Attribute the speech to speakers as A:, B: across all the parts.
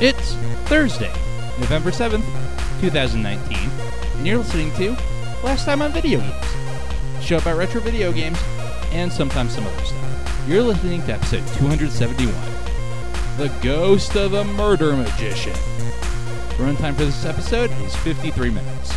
A: It's Thursday, November 7th, 2019, and you're listening to Last Time on Video Games, a show about retro video games and sometimes some other stuff. You're listening to episode 271 The Ghost of a Murder Magician. The runtime for this episode is 53 minutes.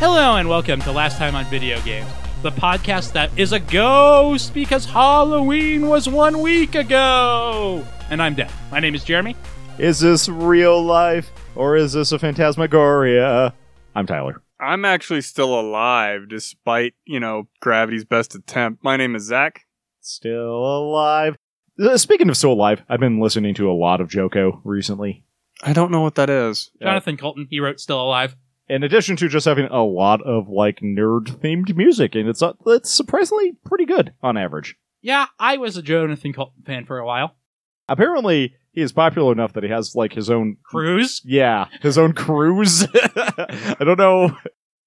A: Hello and welcome to Last Time on Video Games, the podcast that is a ghost because Halloween was one week ago. And I'm dead. My name is Jeremy.
B: Is this real life or is this a phantasmagoria? I'm Tyler.
C: I'm actually still alive despite, you know, gravity's best attempt. My name is Zach.
B: Still alive. Uh, Speaking of still alive, I've been listening to a lot of Joko recently.
C: I don't know what that is.
B: Yeah.
A: Jonathan Colton, he wrote Still Alive.
B: In addition to just having a lot of like nerd themed music, and it's uh, it's surprisingly pretty good on average.
A: Yeah, I was a Jonathan Colton fan for a while.
B: Apparently, he is popular enough that he has like his own
A: Cruise?
B: yeah his own cruise. I don't know. I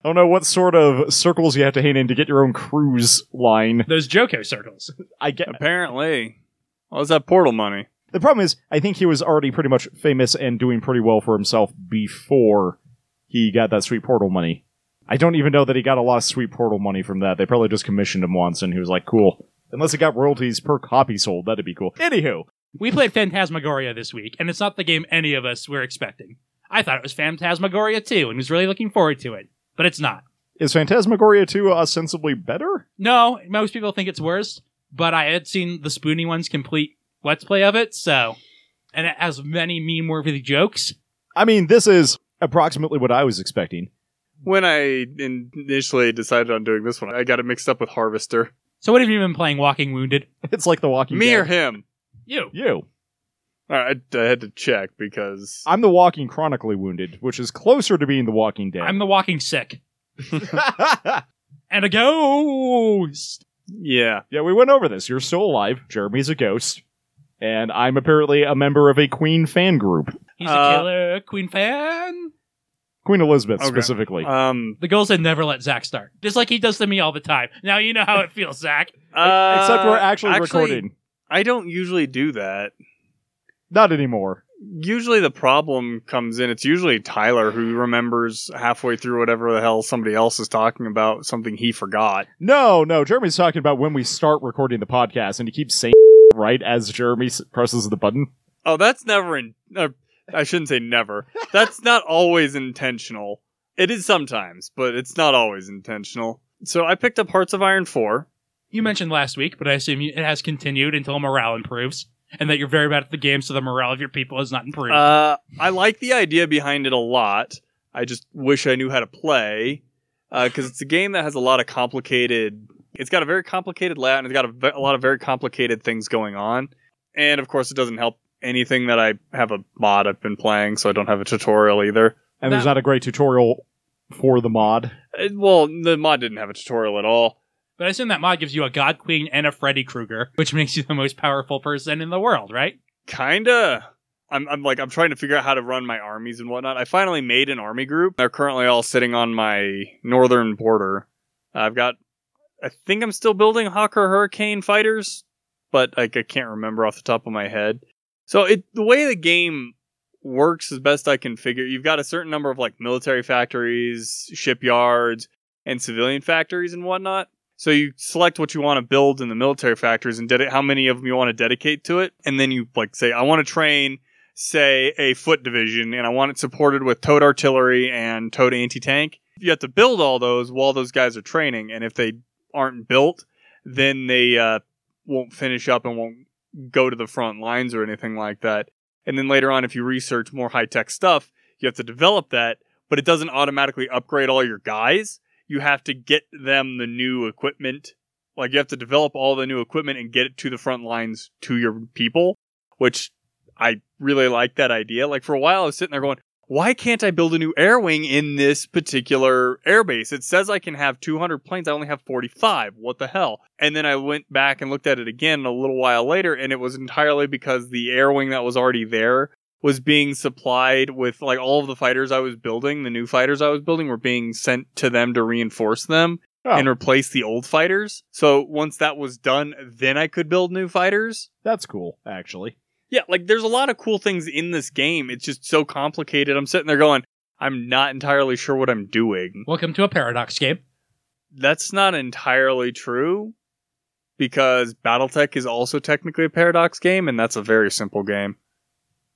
B: don't know what sort of circles you have to hang in to get your own cruise line.
A: Those Joko circles.
B: I get
C: Apparently. Well, it's that portal money.
B: The problem is, I think he was already pretty much famous and doing pretty well for himself before he got that sweet portal money. I don't even know that he got a lot of sweet portal money from that. They probably just commissioned him once and he was like, cool. Unless it got royalties per copy sold, that'd be cool. Anywho,
A: We played Phantasmagoria this week, and it's not the game any of us were expecting. I thought it was Phantasmagoria 2 and was really looking forward to it, but it's not.
B: is Phantasmagoria 2 ostensibly better?
A: No, most people think it's worse, but I had seen the Spoony One's complete Let's Play of it, so. And it has many meme worthy jokes.
B: I mean, this is approximately what I was expecting.
C: When I initially decided on doing this one, I got it mixed up with Harvester.
A: So, what have you been playing Walking Wounded?
B: It's like The Walking
C: Me or
B: Dead.
C: him?
A: You.
B: You.
C: All right, I, I had to check because
B: I'm The Walking Chronically Wounded, which is closer to being The Walking Dead.
A: I'm the Walking Sick. And a ghost!
C: yeah,
B: Yeah, we went over this. You're still alive. Jeremy's a ghost. And I'm apparently a member of a Queen fan group.
A: He's a
C: Uh,
A: killer Queen fan.
B: Queen Elizabeth,
C: Okay.
B: specifically.
C: um,
A: The girl said never let Zach start. Just like he does to me all the time. Now you know how it feels, Zach.
C: uh,
B: Except we're actually, recording.
C: I don't usually do that.
B: Not anymore.
C: Usually the problem comes in. It's usually Tyler who remembers halfway through whatever the hell somebody else is talking about something he forgot.
B: No, no. Jeremy's talking about when we start recording the podcast, and he keeps saying right as Jeremy s- presses the button.
C: Oh, that's never in. Uh, I shouldn't say never. That's not always intentional. It is sometimes, but it's not always intentional. So I picked up Hearts of Iron 4.
A: You mentioned last week, but I assume you- it has continued until morale improves, and that you're very bad at the game, so the morale of your people has not improved.
C: Uh, I like the idea behind it a lot. I just wish I knew how to play because it's a game that has a lot of complicated. It's got a very complicated layout and it's got a, ve- a lot of very complicated things going on. And of course, it doesn't help anything that I have a mod I've been playing, so I don't have a tutorial either.
B: And there's
A: That-
B: not a great tutorial for the mod.
C: Uh, well, the mod didn't have a tutorial at all.
A: but I assume that mod gives you a God Queen and a Freddy Krueger, which makes you the most powerful person in the world, right?
C: Kinda. I'm, I'm like I'm trying to figure out how to run my armies and whatnot. I finally made an army group. They're currently all sitting on my northern border. I've got. I think I'm still building Hawker Hurricane fighters, but like I can't remember off the top of my head. So it the way the game works as best I can figure. You've got a certain number of like military factories, shipyards, and civilian factories and whatnot. So you select what you want to build in the military factories and dedi- how many of them you want to dedicate to it, and then you like say, I want to train, say, a foot division, and I want it supported with towed artillery and towed anti tank. You have to build all those while those guys are training, and if they aren't built, then they uh, won't finish up and won't go to the front lines or anything like that. And then later on, if you research more high tech stuff, you have to develop that, but it doesn't automatically upgrade all your guys you have to get them the new equipment. Like you have to develop all the new equipment and get it to the front lines to your people, which I really like that idea. Like for a while, I was sitting there going, why can't I build a new air wing in this particular airbase? It says I can have 200 planes. I only have 45. What the hell? And then I went back and looked at it again a little while later, and it was entirely because the air wing that was already there was being supplied with like all of the fighters I was building, the new fighters I was building were being sent to them to reinforce them
B: Oh.
C: and replace the old fighters. So once that was done, then I could build new fighters.
B: That's cool, actually.
C: Yeah, like there's a lot of cool things in this game. It's just so complicated. I'm sitting there going, I'm not entirely sure what I'm doing.
D: Welcome to a paradox game.
C: That's not entirely true because Battletech is also technically a paradox game, and that's a very simple game.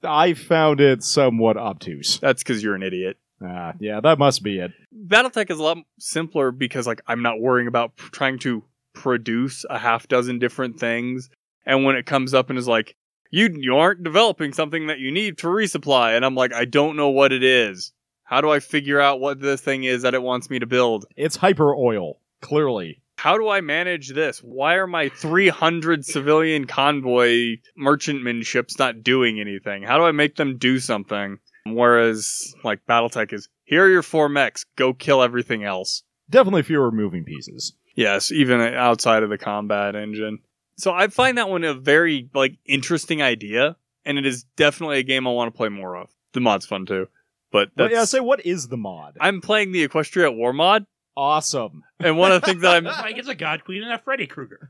B: I found it somewhat obtuse.
C: That's because you're an idiot.
B: Ah, yeah, that must be it.
C: Battletech is a lot simpler because like I'm not worrying about p- trying to produce a half dozen different things. And when it comes up and is like, you you aren't developing something that you need to resupply, and I'm like, I don't know what it is. How do I figure out what this thing is that it wants me to build?
B: It's hyper oil, clearly.
C: How do I manage this? Why are my 300 civilian convoy merchantman ships not doing anything? How do I make them do something? Whereas, like, Battletech is here are your four mechs, go kill everything else.
B: Definitely fewer moving pieces.
C: Yes, even outside of the combat engine. So I find that one a very like interesting idea, and it is definitely a game I want to play more of. The mod's fun too, but
B: But
C: that's,
B: yeah, say what is the mod?
C: I'm playing the Equestria War mod,
B: awesome.
C: and one of the things that I'm
D: It's like it's a God Queen and a Freddy Krueger.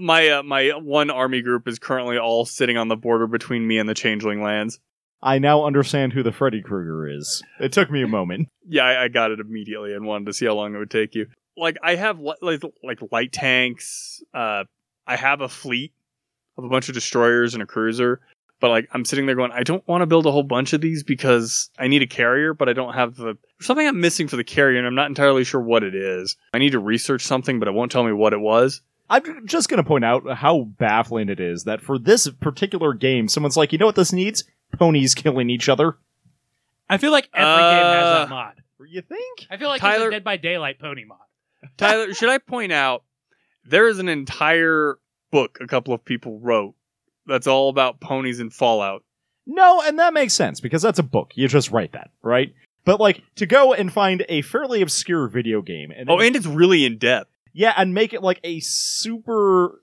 C: my uh, my one army group is currently all sitting on the border between me and the Changeling lands.
B: I now understand who the Freddy Krueger is. It took me a moment.
C: Yeah, I, I got it immediately and wanted to see how long it would take you. Like I have li- like like light tanks. Uh, I have a fleet of a bunch of destroyers and a cruiser. But like I'm sitting there going, I don't want to build a whole bunch of these because I need a carrier, but I don't have the there's something I'm missing for the carrier, and I'm not entirely sure what it is. I need to research something, but it won't tell me what it was.
B: I'm just going to point out how baffling it is that for this particular game, someone's like, you know what this needs? Ponies killing each other.
D: I feel like every game has
C: Uh,
D: that mod.
B: You think?
D: I feel like
C: Tyler-
D: it's a Dead by Daylight pony mod.
C: Tyler, should I point out there is an entire book a couple of people wrote that's all about ponies and Fallout.
B: No, and that makes sense because that's a book. You just write that, right? But like to go and find a fairly obscure video game and then-
C: Oh, and it's really in depth.
B: yeah, and make it like a super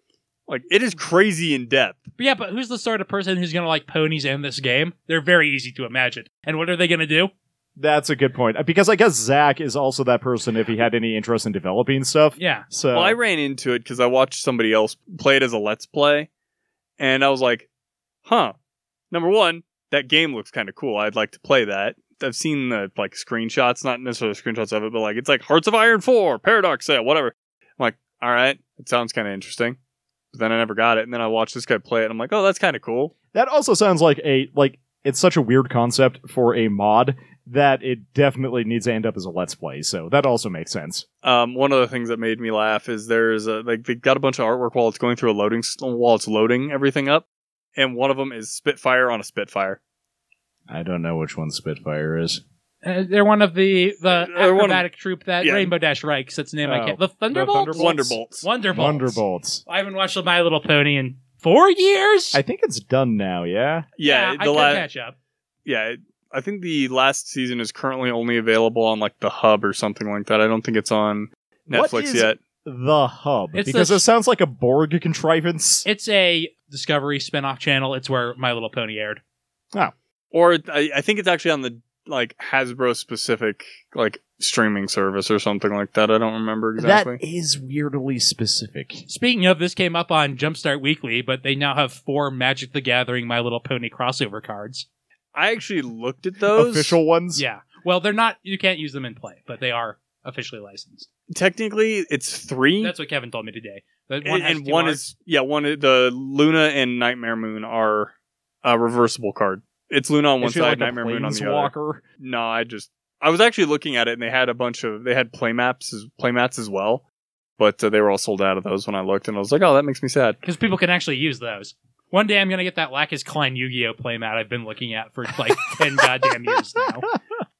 C: Like it is crazy in depth.
D: But yeah, but who's the sort of person who's going to like ponies in this game? They're very easy to imagine. And what are they going to do?
B: That's a good point because I guess Zach is also that person if he had any interest in developing stuff.
D: Yeah.
B: So
C: well, I ran into it because I watched somebody else play it as a let's play, and I was like, "Huh." Number one, that game looks kind of cool. I'd like to play that. I've seen the like screenshots, not necessarily screenshots of it, but like it's like Hearts of Iron Four, Paradox Sale, whatever. I'm like, all right, it sounds kind of interesting. But then I never got it, and then I watched this guy play it, and I'm like, oh, that's kind of cool.
B: that also sounds like a like it's such a weird concept for a mod that it definitely needs to end up as a let's play. So that also makes sense.
C: Um, one of the things that made me laugh is there's a like they got a bunch of artwork while it's going through a loading s- while it's loading everything up, and one of them is Spitfire on a Spitfire.
B: I don't know which one Spitfire is.
D: Uh, they're one of the the
C: They're one of-
D: acrobatic troop that
C: Yeah.
D: Rainbow Dash Rikes. That's the name I
B: Oh.
D: can't. The Thunderbolts.
B: Thunderbolts?
C: Wonderbolts.
D: Wonderbolts.
B: Wonderbolts.
D: I haven't watched My Little Pony in four years.
B: I think it's done now. Yeah.
C: Yeah,
D: I
C: the
D: could
C: la-
D: catch up.
C: yeah, it- I think the last season is currently only available on like the Hub or something like that. I don't think it's on
B: What
C: Netflix
B: is-
C: yet.
B: The hub
D: It's
B: because
D: the-
B: it sounds like a Borg contrivance.
D: It's a Discovery spin-off channel. It's where My Little Pony aired.
C: Or I, I think it's actually on the like Hasbro specific like streaming service or something like that. I don't remember exactly.
B: That is weirdly specific.
D: Speaking of, this came up on Jumpstart Weekly, but they now have four Magic the Gathering My Little Pony crossover cards.
C: I actually looked at those
B: Official ones.
D: Yeah. Well, they're not. You can't use them in play, but they are officially licensed.
C: Technically, it's three.
D: That's what Kevin told me today. That
C: Hmm. and,
D: has
C: and
D: two
C: one
D: arcs.
C: is yeah one is- the Luna and Nightmare Moon are a reversible card. It's Luna on one
B: Is she
C: side,
B: like a
C: Nightmare Moon on the other.
B: planeswalker?
C: No, I just I was actually looking at it, and they had a bunch of they had play maps as play mats as well, but uh, they were all sold out of those when I looked, and I was like, oh, that makes me sad.
D: because people can actually use those. One day I'm gonna get that Lacus Klein Yu-Gi-Oh playmat I've been looking at for like ten goddamn years now.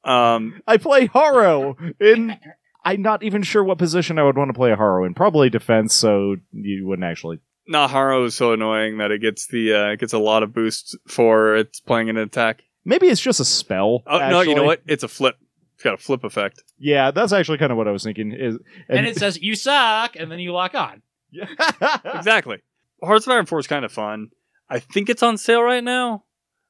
C: Um,
B: I play Haro in. I'm not even sure what position I would want to play a Haro in. Probably defense, so you wouldn't actually.
C: Naharo is so annoying that it gets the uh, it gets a lot of boosts for it's playing an attack.
B: Maybe it's just a spell.
C: Oh no, you know
B: actually.
C: what? It's a flip. It's got a flip effect.
B: Yeah, that's actually kind of what I was thinking. Is
D: And, it says you suck, and then you lock on.
B: it's
C: Exactly. Hearts of Iron Four is kind of fun. I think it's on sale right now.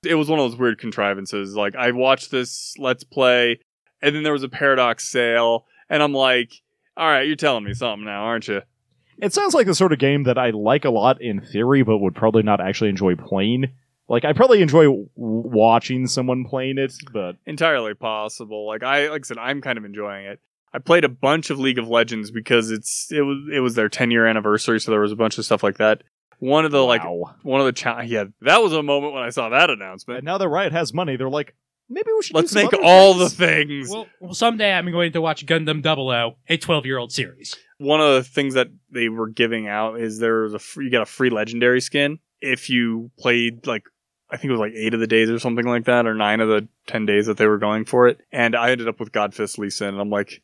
C: It was one of those weird contrivances. Like I watched this Let's Play, and then there was a Paradox sale, and I'm like, all right, you're telling me something now, aren't you?
B: It sounds like the sort of game that I like a lot in theory, but would probably not actually enjoy playing. Like I probably enjoy w- watching someone playing it, but
C: entirely possible. Like I like I said, I'm kind of enjoying it. I played a bunch of League of Legends because it's it was it was their 10 year anniversary, so there was a bunch of stuff like that. One of the like
B: wow.
C: one of the cha- yeah, that was a moment when I saw that announcement.
B: And now that Riot has money, they're like, maybe we should. do
C: Let's
B: some
C: make
B: other
C: all
B: things.
C: the things.
D: Well, well, someday I'm going to watch Gundam 00, a 12 year old series.
C: one of the things that they were giving out is there was a free, you got a free legendary skin if you played like I think it was like eight of the days or something like that, or nine of the ten days that they were going for it. And I ended up with Godfist Lisa, and I'm like,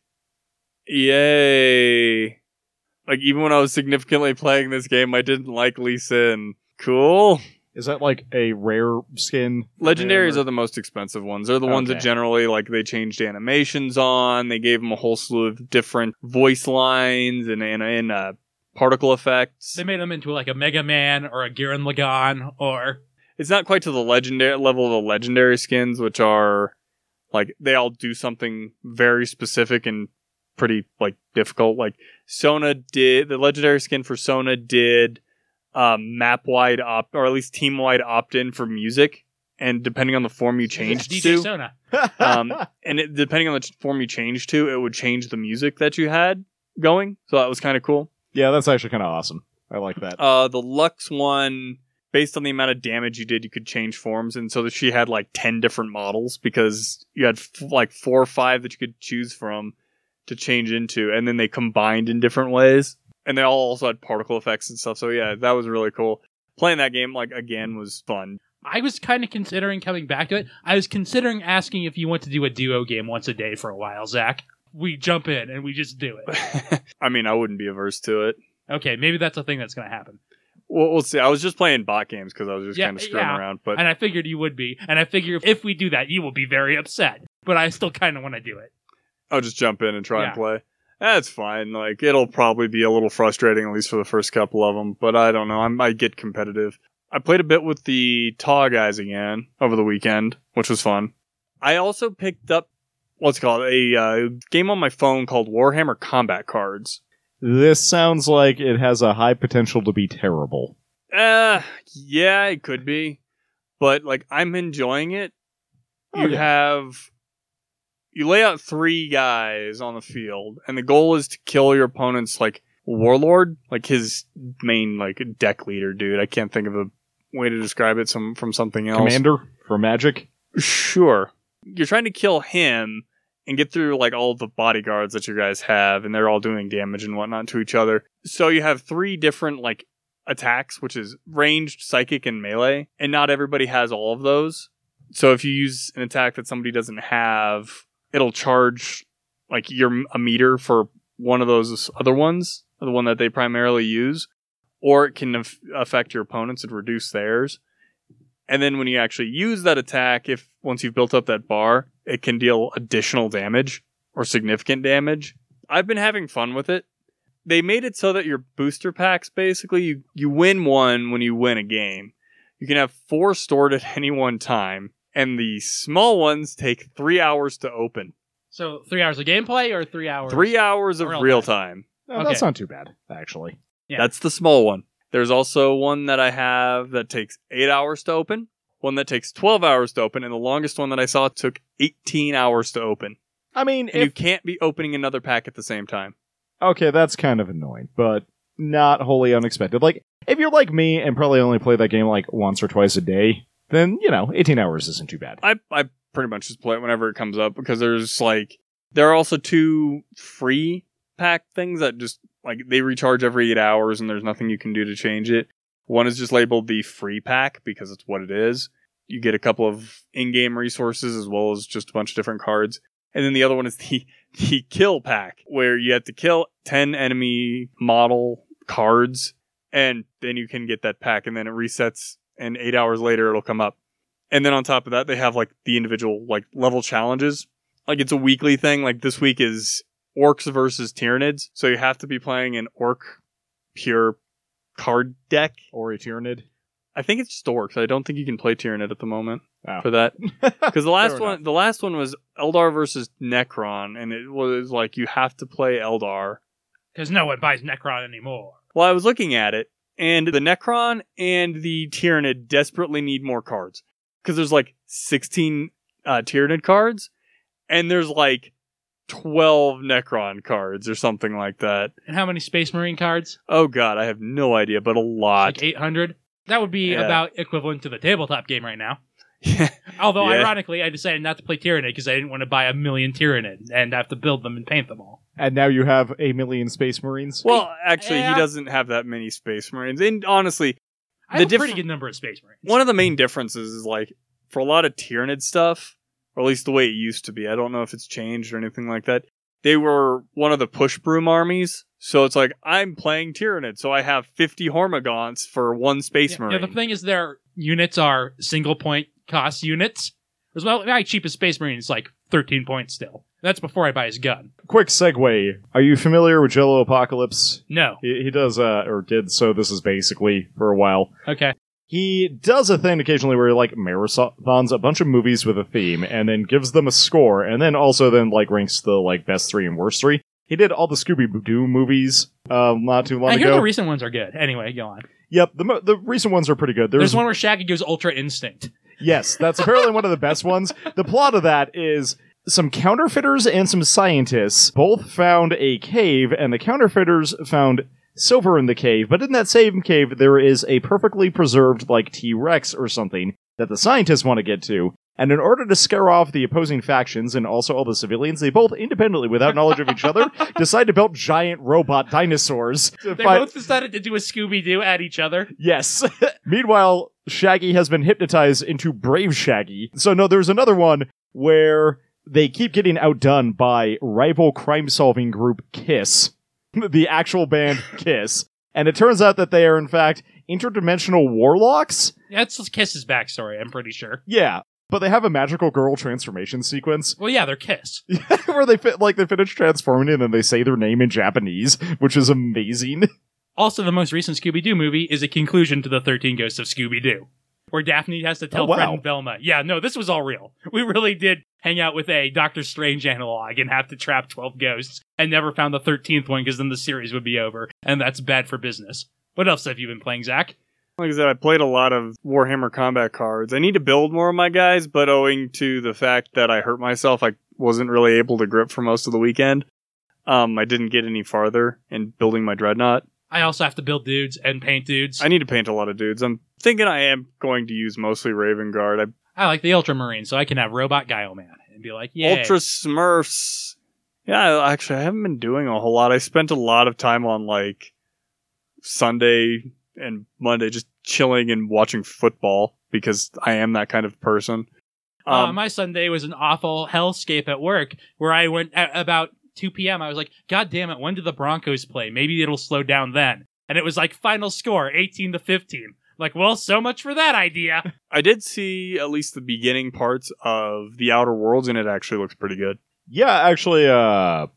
C: yay! Like even when I was significantly playing this game, I didn't like Lisa. And cool.
B: Is that like a rare skin?
C: Legendaries
B: Rare-
C: are the most expensive ones. They're the ones that
B: Okay.
C: generally like they changed animations on. They gave them a whole slew of different voice lines and and, and uh, particle effects.
D: They made them into like a Mega Man or a Gurren Lagann or
C: it's not quite to the legendary level of the legendary skins, which are like they all do something very specific and pretty like difficult. Like Sona did the legendary skin for Sona did um, map wide opt or at least team wide opt in for music, and depending on the form you changed
D: DJ
C: to,
D: Sona.
C: um, and it, depending on the form you changed to, it would change the music that you had going. So that was kind of cool.
B: yeah, that's actually kind of awesome. I like that.
C: Uh, the Lux one, based on the amount of damage you did, you could change forms, and so that she had like ten different models because you had f- like four or five that you could choose from to change into, and then they combined in different ways, and they all also had particle effects and stuff. So yeah, that was really cool. Playing that game like again was fun.
D: I was kind of considering coming back to it. I was considering asking if you want to do a duo game once a day for a while, Zach. We jump in and we just do it.
C: I mean, I wouldn't be averse to it.
D: Okay, maybe that's a thing that's going to happen.
C: We'll, we'll see. I was just playing bot games because I was just
D: Yeah,
C: kind of screwing
D: yeah.
C: around, but
D: And I figured you would be. And I figure if we do that, you will be very upset. But I still kind of want to do it.
C: I'll just jump in and try
D: Yeah.
C: and play. That's fine. Like it'll probably be a little frustrating, at least for the first couple of them. But I don't know. I might get competitive. I played a bit with the Taw guys again over the weekend, which was fun. I also picked up what's it called a uh, game on my phone called Warhammer Combat Cards.
B: this sounds like it has a high potential to be terrible.
C: Uh, yeah, it could be, but like I'm enjoying it.
B: Oh,
C: you
B: yeah.
C: have you lay out three guys on the field, and the goal is to kill your opponent's like warlord, like his main like deck leader dude. I can't think of a way to describe it some from something else.
B: Commander for Magic.
C: Sure. You're trying to kill him and get through like all the bodyguards that you guys have, and they're all doing damage and whatnot to each other. So you have three different like attacks, which is ranged, psychic, and melee, and not everybody has all of those. So if you use an attack that somebody doesn't have, it'll charge like your a meter for one of those other ones, the one that they primarily use, or it can af- affect your opponents and reduce theirs and then when you actually use that attack if once you've built up that bar it can deal additional damage or significant damage i've been having fun with it they made it so that your booster packs basically you, you win one when you win a game you can have four stored at any one time and the small ones take three hours to open
D: So three hours of gameplay or three hours?
C: three hours of
D: Real
C: real time
B: No,
D: Okay.
B: That's not too bad, actually.
D: Yeah.
C: That's the small one. There's also one that I have that takes eight hours to open, one that takes 12 hours to open, and the longest one that I saw took 18 hours to open.
B: I mean,
C: And you
B: if,
C: can't be opening another pack at the same time.
B: okay, that's kind of annoying, but not wholly unexpected. Like, if you're like me and probably only play that game like once or twice a day, then you know, 18 hours isn't too bad.
C: I, I pretty much just play it whenever it comes up because there's like, there are also two free pack things that just like they recharge every eight hours and there's nothing you can do to change it. One is just labeled the free pack because it's what it is. You get a couple of in-game resources as well as just a bunch of different cards. And then the other one is the the kill pack where you have to kill 10 enemy model cards and then you can get that pack and then it resets and 8 hours later it'll come up. And then on top of that they have like the individual like level challenges. Like it's a weekly thing. Like this week is orcs versus tyrannids. So you have to be playing an orc pure card deck.
B: Or a Tyranid.
C: I think it's just orcs. I don't think you can play Tyranid at the moment.
B: Oh.
C: for that because the last
B: Fair
C: one the last one was Eldar versus Necron, and it was like you have to play Eldar.
D: because no one buys Necron anymore.
C: Well, I was looking at it, and the Necron and the Tyranid desperately need more cards because there's like 16 uh, Tyranid cards, and there's like 12 Necron cards or something like that.
D: And how many Space Marine cards?
C: Oh god, I have no idea, but a lot.
D: Like 800. That would be
C: Uh, Yeah.
D: about equivalent to the tabletop game right now. Although,
C: Yeah.
D: ironically, I decided not to play Tyranid because I didn't want to buy a million Tyranid and have to build them and paint them all.
B: And now you have a million Space Marines.
C: well, actually,
D: Yeah.
C: he doesn't have that many Space Marines, and honestly,
D: I
C: The
D: have a pretty
C: diff-
D: good number of Space Marines.
C: one of the main differences is like for a lot of Tyranid stuff, or at least the way it used to be. I don't know if it's changed or anything like that. They were one of the push broom armies, so it's like I'm playing Tyranid, so I have 50 Hormigons for one Space
D: Yeah,
C: Marine.
D: the thing is, their units are single point cost units. As well, my cheapest Space Marine is like 13 points still. That's before I buy his gun.
B: Quick segue. Are you familiar with Jello Apocalypse?
D: No.
B: He, he does, uh, or did, so this is basically for a while.
D: Okay.
B: He does a thing occasionally where he, like, marathons a bunch of movies with a theme and then gives them a score and then also then, like, ranks the, like, best three and worst three. He did all the Scooby Doo movies um, not too long
D: I hear
B: ago.
D: the recent ones are good. Anyway, go on.
B: yep, the, mo- the recent ones are pretty good.
D: There's,
B: There's,
D: one where Shaggy gives Ultra Instinct.
B: Yes, that's apparently one of the best ones. The plot of that is some counterfeiters and some scientists both found a cave, and the counterfeiters found silver in the cave, but in that same cave, there is a perfectly preserved, like, T Rex or something that the scientists want to get to. And in order to scare off the opposing factions and also all the civilians, they both independently, without knowledge of each other, decide to build giant robot dinosaurs. to
D: They
B: fight-
D: both decided to do a Scooby Doo at each other.
B: Yes. Meanwhile, Shaggy has been hypnotized into Brave Shaggy. So, no, there's another one where they keep getting outdone by rival crime solving group Kiss, the actual band Kiss. And it turns out that they are, in fact, interdimensional warlocks?
D: That's Kiss's backstory, I'm pretty sure.
B: Yeah. But they have a magical girl transformation sequence
D: Well, yeah, they're Kiss.
B: where they fit like they finish transforming and then they say their name in Japanese, which is amazing.
D: Also, the most recent Scooby Doo movie is a conclusion to the 13 Ghosts of Scooby Doo, where Daphne has to tell
B: Oh, wow.
D: Fred and Velma, yeah, no, this was all real. We really did hang out with a Doctor Strange analog and have to trap 12 ghosts and never found the 13th one because then the series would be over, and that's bad for business. What else have you been playing, Zach?
C: like I said, I played a lot of Warhammer combat cards. I need to build more of my guys, but owing to the fact that I hurt myself, I wasn't really able to grip for most of the weekend. Um, I didn't get any farther in building my dreadnought.
D: I also have to build dudes and paint dudes.
C: I
D: I,
C: need to paint a lot of dudes. I'm thinking I am going to use mostly Raven Guard. I
D: like the Ultramarine, so I can have Robot Guile Man and be like, yeah.
C: Ultra Smurfs. Yeah, I- actually, I haven't been doing a whole lot. I spent a lot of time on like Sunday and Monday just chilling and watching football because I am that kind of person.
D: Uh,
C: Um,
D: my Sunday was an awful hellscape at work where I went at about 2 p.m. I was like, God damn it, when do the Broncos play? Maybe it'll slow down then. And it was like final score 18 to 15. Like, well, so much for that idea.
C: I did see at least the beginning parts of The Outer Worlds, and it actually looks pretty good.
B: Yeah, actually, uh,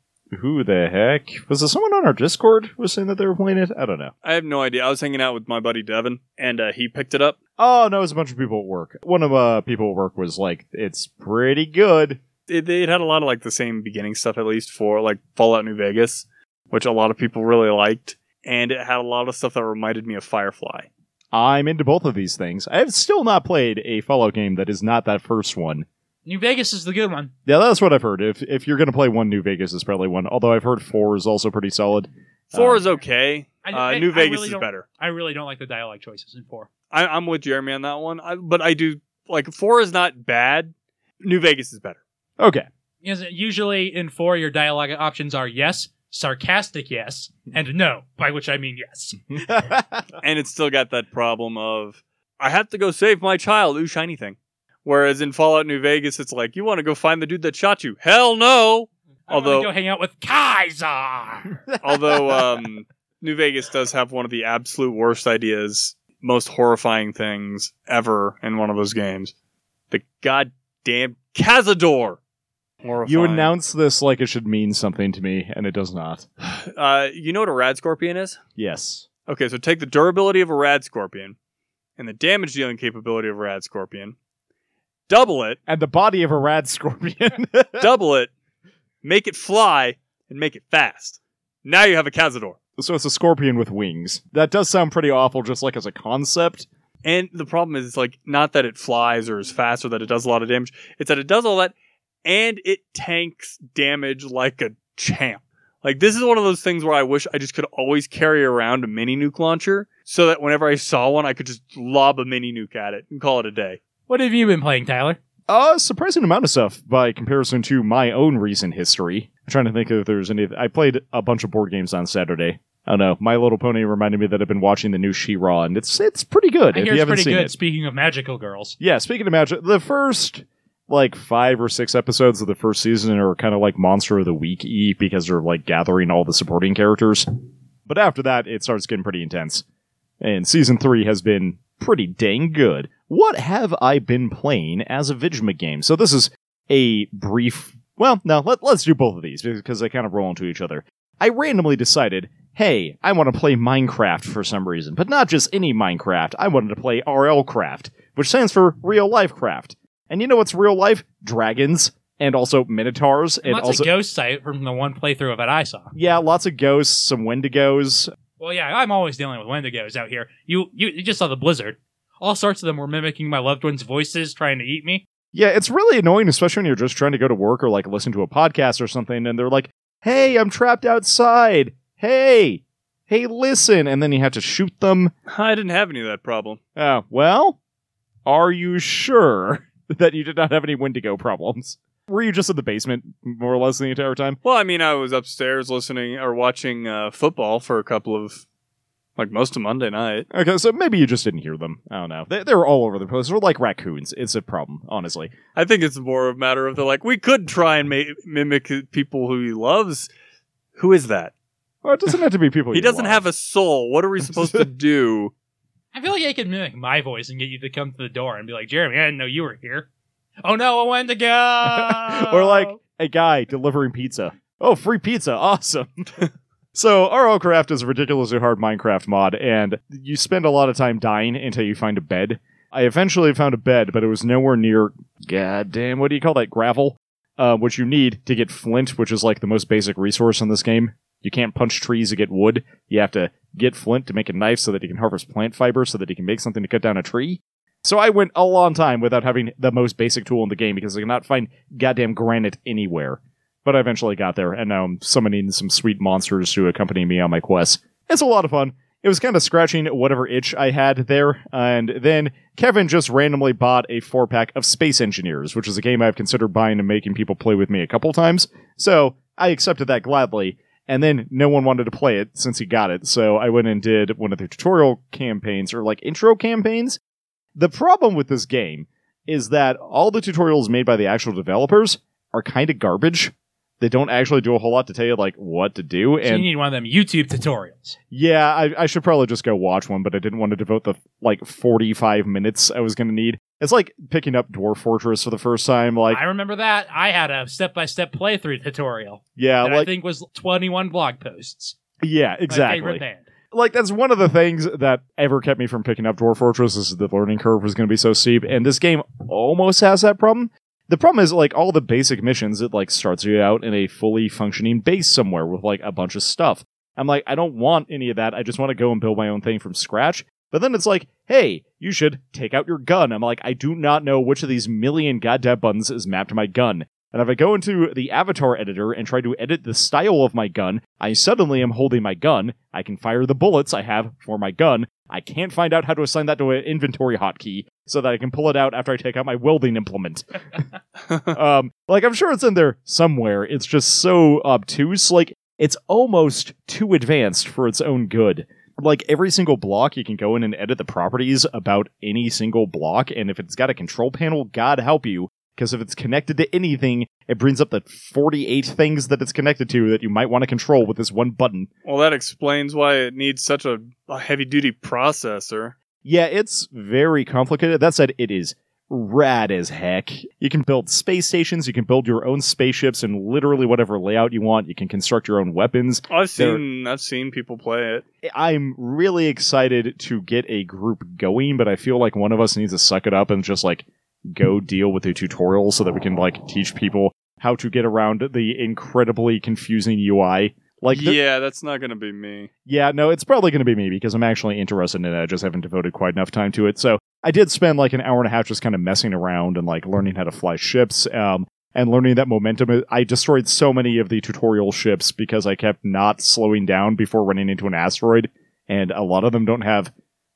B: who the heck was it? Someone on our Discord was saying that they were playing it. I don't know.
C: I have no idea. I was hanging out with my buddy Devin, and uh, he picked it up.
B: Oh no, it was a bunch of people at work. One of uh people at work was like, "It's pretty good."
C: it, it had a lot of like the same beginning stuff at least for like Fallout New Vegas, which a lot of people really liked, and it had a lot of stuff that reminded me of Firefly.
B: I'm into both of these things. I have still not played a Fallout game that is not that first one.
D: New Vegas is the good one.
B: Yeah, that's what I've heard. If if you're gonna play one, New Vegas is probably one. Although I've heard four is also pretty solid.
C: Four
B: Um,
C: is okay.
D: Oh, I-
C: uh,
D: I-
C: New
D: I
C: Vegas
D: really
C: is
D: don't-
C: better.
D: I really don't like the dialogue choices in 4.
C: I, I'm with Jeremy on that one, I, but I do like four is not bad. New Vegas is better.
B: Okay,
D: Because usually in 4, your dialogue options are yes, sarcastic yes, and no, by which I mean yes.
C: Hmm.
D: Ah.
C: and it's still got that problem of I have to go save my child. Ooh, shiny thing. Whereas in Fallout New Vegas, it's like you want to go find the dude that shot you. Hell no.
D: I wanna
C: Although-
D: go hang out with Kaiser.
C: Although um, New Vegas does have one of the absolute worst ideas, most horrifying things ever in one of those games. The goddamn Cazador. Horrifying.
B: you announce this like it should mean something to me, and it does not.
C: Uh, you know what a rad scorpion is?
B: Yes.
C: Okay, so take the durability of a rad scorpion and the damage dealing capability of a rad scorpion, double it,
B: and the body of a rad scorpion.
C: double it, make it fly, and make it fast. Now you have a Cazador.
B: so it's a scorpion with wings. That does sound pretty awful, just like as a concept.
C: And the problem is, it's like, not that it flies or is fast or that it does a lot of damage. It's that it does all that and it tanks damage like a champ. Like, this is one of those things where I wish I just could always carry around a mini nuke launcher so that whenever I saw one, I could just lob a mini nuke at it and call it a day.
D: What have you been playing, Tyler?
B: A surprising amount of stuff by comparison to my own recent history. I'm trying to think if there's any. I played a bunch of board games on Saturday. I don't know. My Little Pony reminded me that I've been watching the new She-Ra, and it's it's pretty good.
D: I
B: if
D: hear
B: you
D: it's
B: haven't
D: pretty
B: seen
D: good.
B: it,
D: Speaking of magical girls,
B: yeah. Speaking of magic, the first like five or six episodes of the first season are kind of like Monster of the Week e because they're like gathering all the supporting characters. But after that, it starts getting pretty intense, and season three has been pretty dang good. What have I been playing as a Vigima game? So this is a brief. Well, no, let, let's do both of these because they kind of roll into each other. I randomly decided, hey, I want to play Minecraft for some reason, but not just any Minecraft. I wanted to play RL Craft, which stands for Real Life Craft. And you know what's real life? Dragons and also minotaurs and
D: lots
B: also
D: of ghost sight from the one playthrough of it I saw.
B: yeah, lots of ghosts, some wendigos.
D: Well, yeah, I'm always dealing with Wendigos out here. You, you, you just saw the blizzard. All sorts of them were mimicking my loved ones' voices, trying to eat me.
B: Yeah, it's really annoying, especially when you're just trying to go to work or like listen to a podcast or something, and they're like, "Hey, I'm trapped outside. Hey, hey, listen!" And then you have to shoot them.
C: I didn't have any of that problem.
B: Uh, well, are you sure that you did not have any Wendigo problems? Were you just in the basement more or less the entire time?
C: Well, I mean, I was upstairs listening or watching uh, football for a couple of, like, most of Monday night.
B: Okay, so maybe you just didn't hear them. I don't know. They, they were all over the place. They're like raccoons. It's a problem, honestly.
C: I think it's more a matter of the like we could try and ma- mimic people who he loves. Who is that?
B: Well, it doesn't have to be people.
C: he
B: you
C: doesn't
B: love.
C: have a soul. What are we supposed to do?
D: I feel like I could mimic my voice and get you to come to the door and be like, Jeremy, I didn't know you were here. Oh no, a Wendigo!
B: Or like- a guy delivering pizza. Oh, free pizza. Awesome. so, RL Craft is a ridiculously hard Minecraft mod, and you spend a lot of time dying until you find a bed. I eventually found a bed, but it was nowhere near, goddamn, what do you call that? Gravel? Uh, which you need to get flint, which is like the most basic resource in this game. You can't punch trees to get wood. You have to get flint to make a knife so that you can harvest plant fiber so that you can make something to cut down a tree. So I went a long time without having the most basic tool in the game because I could not find goddamn granite anywhere. But I eventually got there, and now I'm summoning some sweet monsters to accompany me on my quest. It's a lot of fun. It was kind of scratching whatever itch I had there, and then Kevin just randomly bought a four pack of Space Engineers, which is a game I've considered buying and making people play with me a couple times. So I accepted that gladly, and then no one wanted to play it since he got it, so I went and did one of the tutorial campaigns, or like intro campaigns, the problem with this game is that all the tutorials made by the actual developers are kind of garbage. They don't actually do a whole lot to tell you like what to do,
D: So you
B: and
D: need one of them YouTube tutorials.
B: yeah, I, I should probably just go watch one, but I didn't want to devote the like forty-five minutes I was going to need. It's like picking up Dwarf Fortress for the first time. Like,
D: I remember that. I had a step by step playthrough tutorial
B: yeah,
D: that I
B: like,
D: think was 21 blog posts.
B: yeah,
D: My favorite
B: exactly.
D: band.
B: like that's one of the things that ever kept me from picking up Dwarf Fortress is the learning curve was going to be so steep, and this game almost has that problem. The problem is like all the basic missions, it like starts you out in a fully functioning base somewhere with like a bunch of stuff. I'm like, I don't want any of that. I just want to go and build my own thing from scratch. But then it's like, hey, you should take out your gun. I'm like, I do not know which of these million goddamn buttons is mapped to my gun. And if I go into the avatar editor and try to edit the style of my gun, I suddenly am holding my gun. I can fire the bullets I have for my gun. I can't find out how to assign that to an inventory hotkey so that I can pull it out after I take out my welding implement. um, like, I'm sure it's in there somewhere. It's just so obtuse. Like, it's almost too advanced for its own good. Like every single block, you can go in and edit the properties about any single block, and if it's got a control panel, God help you, because if it's connected to anything, it brings up the 48 things that it's connected to that you might want to control with this one button.
C: Well, that explains why it needs such a, a heavy duty processor.
B: Yeah, it's very complicated. That said, it is rad as heck. You can build space stations, you can build your own spaceships in literally whatever layout you want, you can construct your own weapons.
C: I've
B: They're-
C: seen I've seen people play it.
B: I'm really excited to get a group going, but I feel like one of us needs to suck it up and just like Go deal with a tutorial so that we can like teach people how to get around the incredibly confusing UI. Like, the-
C: yeah, that's not gonna be me.
B: yeah, no, it's probably going to be me because I'm actually interested in it. I just haven't devoted quite enough time to it. So I did spend like an hour and a half just kind of messing around and like learning how to fly ships um, and learning that momentum. I destroyed so many of the tutorial ships because I kept not slowing down before running into an asteroid. And a lot of them don't have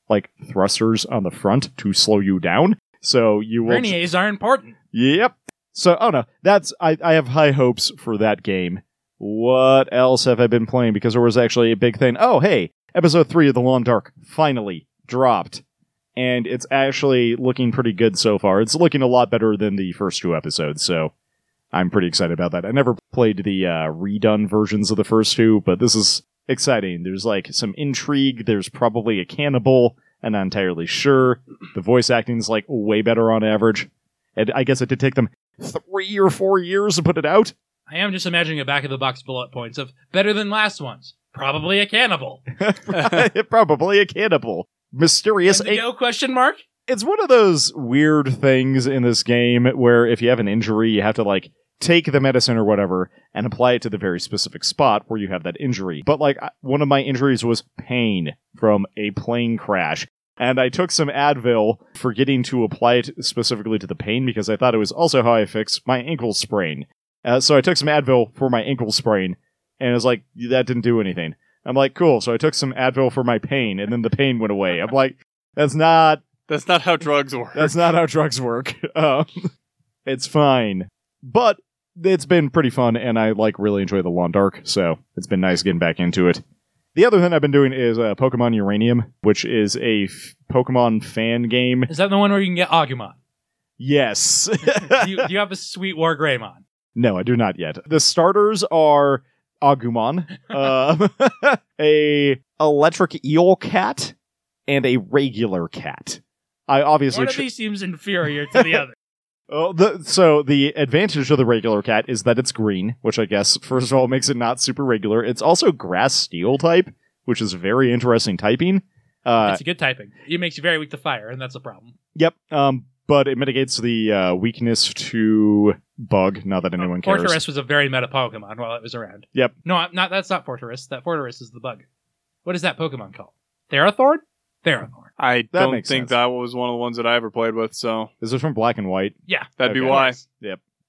B: like thrusters on the front to slow you down. So you will.
D: Verniers are important.
B: Yep. So, oh no, that's I, I have high hopes for that game. What else have I been playing? Because there was actually a big thing. Oh, hey, episode three of The Long Dark finally dropped, and it's actually looking pretty good so far. It's looking a lot better than the first two episodes, so I'm pretty excited about that. I never played the uh, redone versions of the first two, but this is exciting. There's like some intrigue. There's probably a cannibal. I'm not entirely sure. The voice acting's like way better on average. And I guess it did take them three or four years to put it out.
D: I am just imagining a back of the box bullet points of better than last one's. Probably a cannibal.
B: Probably a cannibal. Mysterious.
D: And the no question mark?
B: It's one of those weird things in this game where if you have an injury, you have to like take the medicine or whatever and apply it to the very specific spot where you have that injury. But like I- one of my injuries was pain from a plane crash. And I took some Advil, forgetting to apply it specifically to the pain because I thought it was also how I fix my ankle sprain. Uh, so I took some Advil for my ankle sprain, and it was like, that didn't do anything. I'm like, cool. So I took some Advil for my pain, and then the pain went away. I'm like, that's not
C: That's not how drugs work.
B: that's not how drugs work. Um, it's fine, but it's been pretty fun, and I like really enjoy the Lawn Dark, so it's been nice getting back into it. The other thing I've been doing is uh, Pokemon Uranium, which is a f- Pokemon fan game.
D: Is that the one where you can get Agumon?
B: Yes.
D: do, you, do you have a sweet War Greymon?
B: No, I do not yet. The starters are Agumon, um, a electric eel cat, and a regular cat. I obviously
D: One of
B: ch-
D: these seems inferior to the other.
B: Oh, the, so the advantage of the regular cat is that it's green, which I guess first of all makes it not super regular. It's also grass steel type, which is very interesting typing. Uh,
D: it's a good typing. It makes you very weak to fire, and that's a problem.
B: yep. Um, but it mitigates the uh, weakness to bug. Not that anyone cares.
D: Fortress was a very meta Pokemon while it was around.
B: Yep.
D: No, I'm not. That's not Fortress. That Fortress is the bug. What is that Pokemon called? Therathorn? Therathorn.
C: I don't think
B: makes sense.
C: that was one of the ones that I ever played with, so
B: This is from Black and White.
D: Yeah.
C: that'd be
B: Okay.
C: why.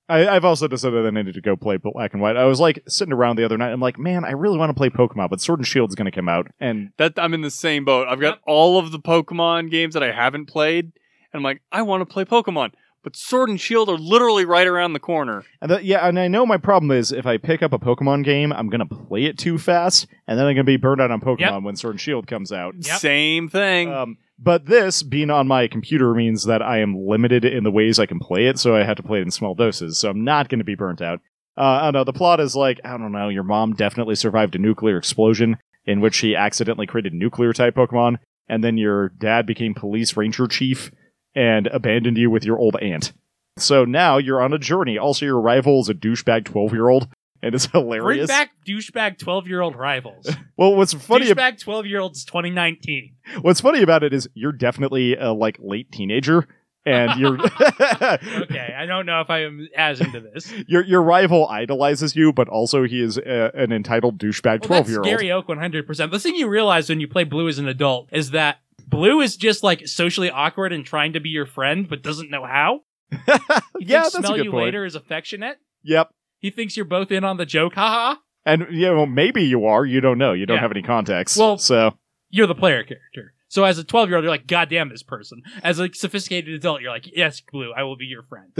B: I, I've also decided that I needed to go play Black and White. I was like sitting around the other night. I'm like, man, I really want to play Pokemon, but Sword and Shield's going to come out, and
C: That I'm in the same boat. I've got
D: Yep.
C: all of the Pokemon games that I haven't played, and I'm like, I want to play Pokemon, but Sword and Shield are literally right around the corner.
B: And that yeah, and I know my problem is if I pick up a Pokemon game, I'm gonna play it too fast, and then I'm gonna be burned out on Pokemon
D: Yep.
B: when Sword and Shield comes out.
D: Yep.
C: Same thing.
B: Um, but this being on my computer means that I am limited in the ways I can play it, so I have to play it in small doses. So I'm not gonna be burnt out. Uh, I don't know. The plot is like I don't know. Your mom definitely survived a nuclear explosion in which she accidentally created nuclear type Pokemon, and then your dad became police ranger chief and abandoned you with your old aunt. So now you're on a journey. Also, your rival is a douchebag 12 year old, and it's
D: Bring
B: hilarious.
D: back douchebag twelve-year-old rivals.
B: well, what's funny, ab-
D: douchebag twelve-year-olds 2019.
B: what's funny about it is you're definitely a like late teenager, and your
D: Okay, I don't know if I am as into this.
B: your your rival idolizes you, but also he is uh, an entitled douchebag
D: Well,
B: twelve
D: that's
B: year old.
D: Gary Oak 100%. The thing you realize when you play Blue as an adult is that Blue is just like socially awkward and trying to be your friend, but doesn't know how. He
B: Yeah,
D: thinks
B: that's a
D: smell
B: good
D: you
B: point.
D: later is affectionate.
B: Yep.
D: He thinks you're both in on the joke. Haha.
B: And you know, maybe you are. You don't know. You don't
D: Yeah.
B: have any context.
D: Well-
B: so
D: You're the player character. So as a 12 year old, you're like, God damn this person. As a sophisticated adult, you're like, yes, Blue, I will be your friend.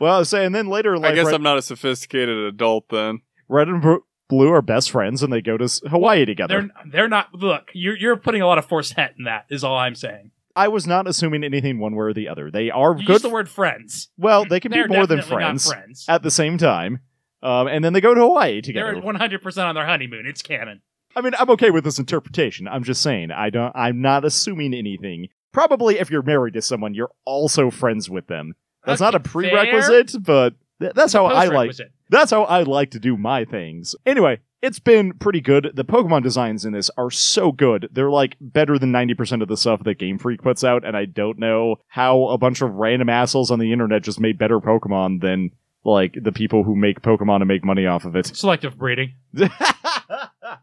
B: well, I was saying then later, in
C: I
B: life,
C: guess
B: Red,
C: I'm not a sophisticated adult then.
B: Red and Bru- Blue are best friends, and they go to s- Hawaii together.
D: they're they're not. Look, you're you're putting a lot of forced het in that. Is all I'm saying.
B: I was not assuming anything one way or the other. They are
D: You
B: good.
D: use the word friends.
B: well, they can be
D: They're
B: more than
D: definitely not
B: friends,
D: friends.
B: at the same time, um, and then they go to Hawaii together.
D: They're 100 percent on their honeymoon. It's canon.
B: I mean, I'm okay with this interpretation. I'm just saying, I don't. I'm not assuming anything. Probably, if you're married to someone, you're also friends with them. That's not a
D: Okay,
C: Oh,
B: prerequisite, but th- that's how I like.
D: Postrequisite.
B: That's how I like to do my things. Anyway, it's been pretty good. The Pokemon designs in this are so good. They're like better than 90% of the stuff that Game Freak puts out, and I don't know how a bunch of random assholes on the internet just made better Pokemon than like the people who make Pokemon and make money off of it.
D: Selective breeding.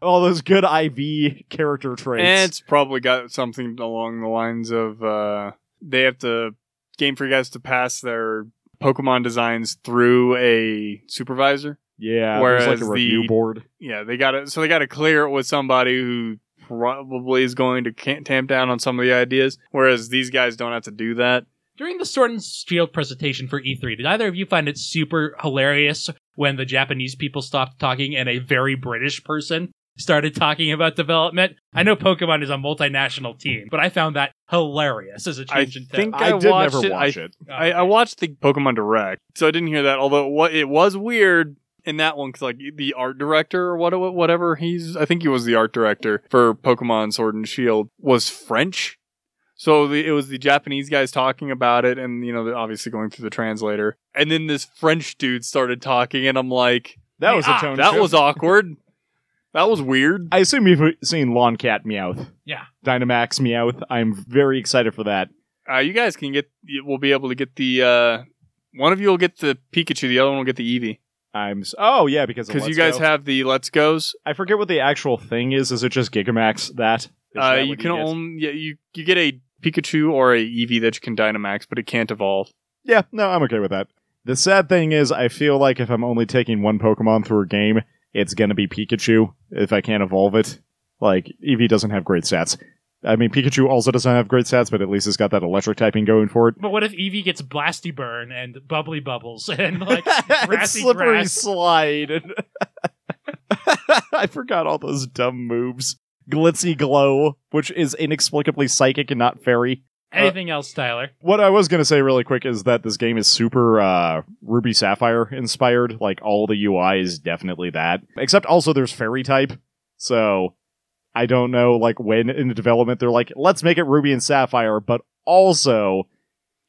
B: All those good IV character traits.
C: And it's probably got something along the lines of uh, they have to Game Freak has to pass their Pokemon designs through a supervisor.
B: yeah, there's like
C: whereas
B: a
C: the-
B: review board.
C: Yeah, they got to so they got to clear it with somebody who probably is going to can tamp down on some of the ideas. Whereas these guys don't have to do that.
D: During the Sword and Shield presentation for E3, did either of you find it super hilarious when the Japanese people stopped talking and a very British person started talking about development? I know Pokemon is a multinational team, but I found that hilarious as a
C: I
D: change in Oh, tone.
C: think
B: I,
C: I,
B: did
C: watched
B: never
C: it. I
B: watch it.
C: I, I watched the Pokemon Direct, so I didn't hear that. Although what it was weird in that one, because like the art director or what, whatever he's, I think he was the art director for Pokemon Sword and Shield was French. So the, it was the Japanese guys talking about it, and you know, they're obviously going through the translator. And then this French dude started talking, and I'm like,
B: That was a
D: Ah,
B: tone.
C: that
B: shift.
C: was awkward. That was weird.
B: I assume you've seen Lawn Cat Meowth.
D: Yeah.
B: Dynamax Meowth. I'm very excited for that.
C: Uh, you guys can get, we'll be able to get the. Uh, one of you will get the Pikachu, the other one will get the Eevee.
B: I'm s- oh yeah because of
C: Because you
B: Let's
C: guys
B: Go.
C: have the Let's Goes,
B: I forget what the actual thing is. Is it just Gigamax that? Is
C: Uh,
B: that
C: you
B: what
C: can
B: get?
C: only yeah, you you get a Pikachu or a Eevee that you can Dynamax, but it can't evolve.
B: Yeah, no, I'm okay with that. The sad thing is, I feel like if I'm only taking one Pokemon through a game, it's gonna be Pikachu if I can't evolve it. Like Eevee doesn't have great stats. I mean, Pikachu also doesn't have great stats, but at least it's got that electric typing going for it.
D: But what if Eevee gets Blasty Burn and Bubbly Bubbles and like
C: Uh,
D: grassy
B: slippery
D: grass?
B: slide. I forgot all those dumb moves. Glitzy glow, which is inexplicably psychic and not fairy.
D: Anything else, Tyler?
B: What I was gonna say really quick is that this game is super uh, Ruby Sapphire inspired. Like all the UI is definitely that. Except also there's fairy type, so I don't know like when in the development they're like, let's make it Ruby and Sapphire, but also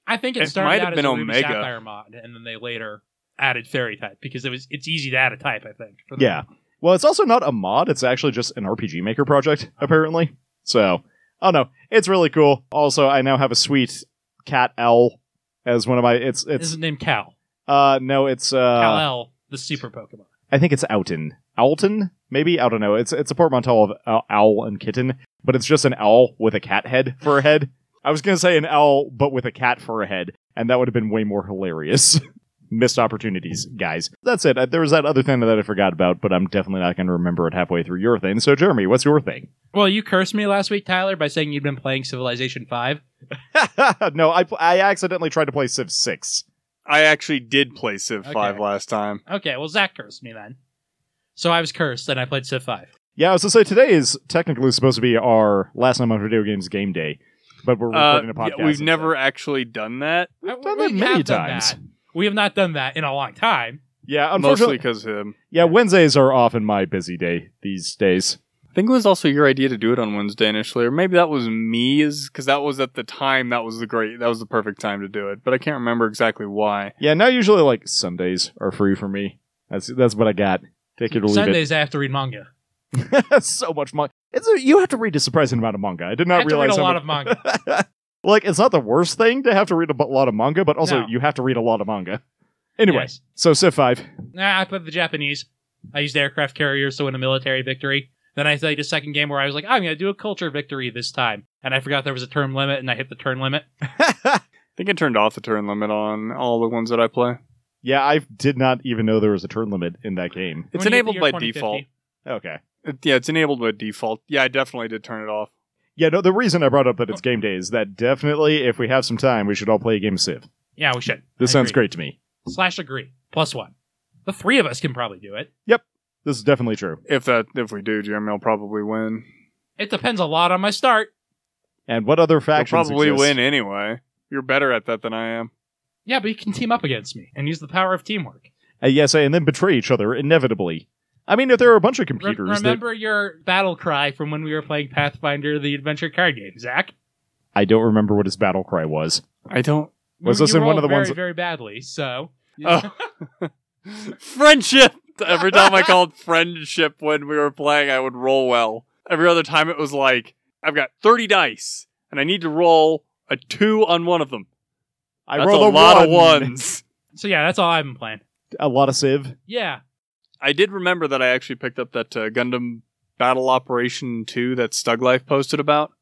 D: I think it,
C: It
D: started
C: might have
D: out
C: been
D: as a Ruby
C: Omega.
D: Sapphire mod, and then they later added Fairy type because it was it's easy to add a type. I think. for them.
B: Yeah. Well, it's also not a mod. It's actually just an RPG Maker project, apparently. So, oh no, it's really cool. Also, I now have a sweet cat owl as one of my. It's
D: This
B: it's
D: is named Cal.
B: uh no, it's
D: Cal
B: uh
D: El, the super Pokemon.
B: I think it's Outen. Owlton, maybe I don't know. It's it's a portmanteau of uh, owl and kitten, but it's just an owl with a cat head for a head. I was gonna say an owl, but with a cat for a head, and that would have been way more hilarious. Missed opportunities, guys. That's it. Uh, There was that other thing that I forgot about, but I'm definitely not going to remember it halfway through your thing. So, Jeremy, what's your thing?
D: Well, you cursed me last week, Tyler, by saying you'd been playing Civilization Five.
B: no, I, pl- I accidentally tried to play Civ 6.
C: I actually did play Civ
D: Okay.
C: Five last time.
D: Okay, well Zach cursed me then, so I was cursed and I played Civ Five.
B: Yeah, I was going to say today is technically supposed to be our last time on video games game day, but we're
C: Uh,
B: recording a
C: yeah,
B: podcast.
C: we've never actually done that,
B: We've
D: Uh,
B: done
D: we
B: that many
D: have done
B: times.
D: that. We have not done that in a long time.
B: Yeah,
C: mostly
B: unfortunately.
C: because him.
B: Yeah, Wednesdays are often my busy day these days.
C: I think it was also your idea to do it on Wednesday initially, or maybe that was me, is because that was at the time that was the great, that was the perfect time to do it, but I can't remember exactly why.
B: Yeah, now usually like Sundays are free for me. That's that's what I got. Take it or leave
D: Sundays I have to read manga.
B: it. so much manga. It's a, you have to read a surprising amount of manga. I did
D: I
B: not
D: have to
B: realize
D: read a
B: how
D: lot
B: much-
D: of manga.
B: like it's not the worst thing to have to read a b- lot of manga, but also
D: No.
B: you have to read a lot of manga. Anyway,
D: Yes.
B: so Civ Five.
D: Nah, I played the Japanese. I used aircraft carriers to win a military victory. Then I played a second game where I was like, I'm going to do a culture victory this time. And I forgot there was a turn limit and I hit the turn limit.
C: I think I turned off the turn limit on all the ones that I play.
B: Yeah, I did not even know there was a turn limit in that game.
C: It's
D: When you hit the
C: enabled
D: year
C: by
D: 2050.
C: default.
B: Okay.
C: It- yeah, it's enabled by default. Yeah, I definitely did turn it off.
B: Yeah, no. The reason I brought up that it's game day is that definitely, if we have some time, we should all play a game of Civ.
D: Yeah, we should.
B: This
D: I
B: sounds
D: agree.
B: great to me.
D: Slash agree. Plus one. The three of us can probably do it.
B: This is definitely true.
C: If that, if we do, Jeremy will probably win.
D: It depends a lot on my start.
B: And what other
C: You'll
B: factions
C: probably
B: exist?
C: win anyway. You're better at that than I am.
D: Yeah, but you can team up against me and use the power of teamwork.
B: Uh, yes, and then betray each other inevitably. I mean, if there are a bunch of
D: Re-
B: computers, that-
D: remember your battle cry from when we were playing Pathfinder, the adventure card game, Zach?
B: I don't remember what his battle cry was.
C: I don't.
B: Was
D: You
B: this in one
D: rolled
B: of the
D: very,
B: ones-
D: very badly, so.
C: Oh. Friendship. Every time I called friendship when we were playing, I would roll well. Every other time it was like, I've got 30 dice and I need to roll a two on one of them.
B: I
C: That's
B: rolled
C: a lot of
B: one.
C: ones.
D: So yeah, that's all I've been playing.
B: A lot of Civ.
D: Yeah.
C: I did remember that I actually picked up that uh, Gundam Battle Operation 2 that Stug Life posted about.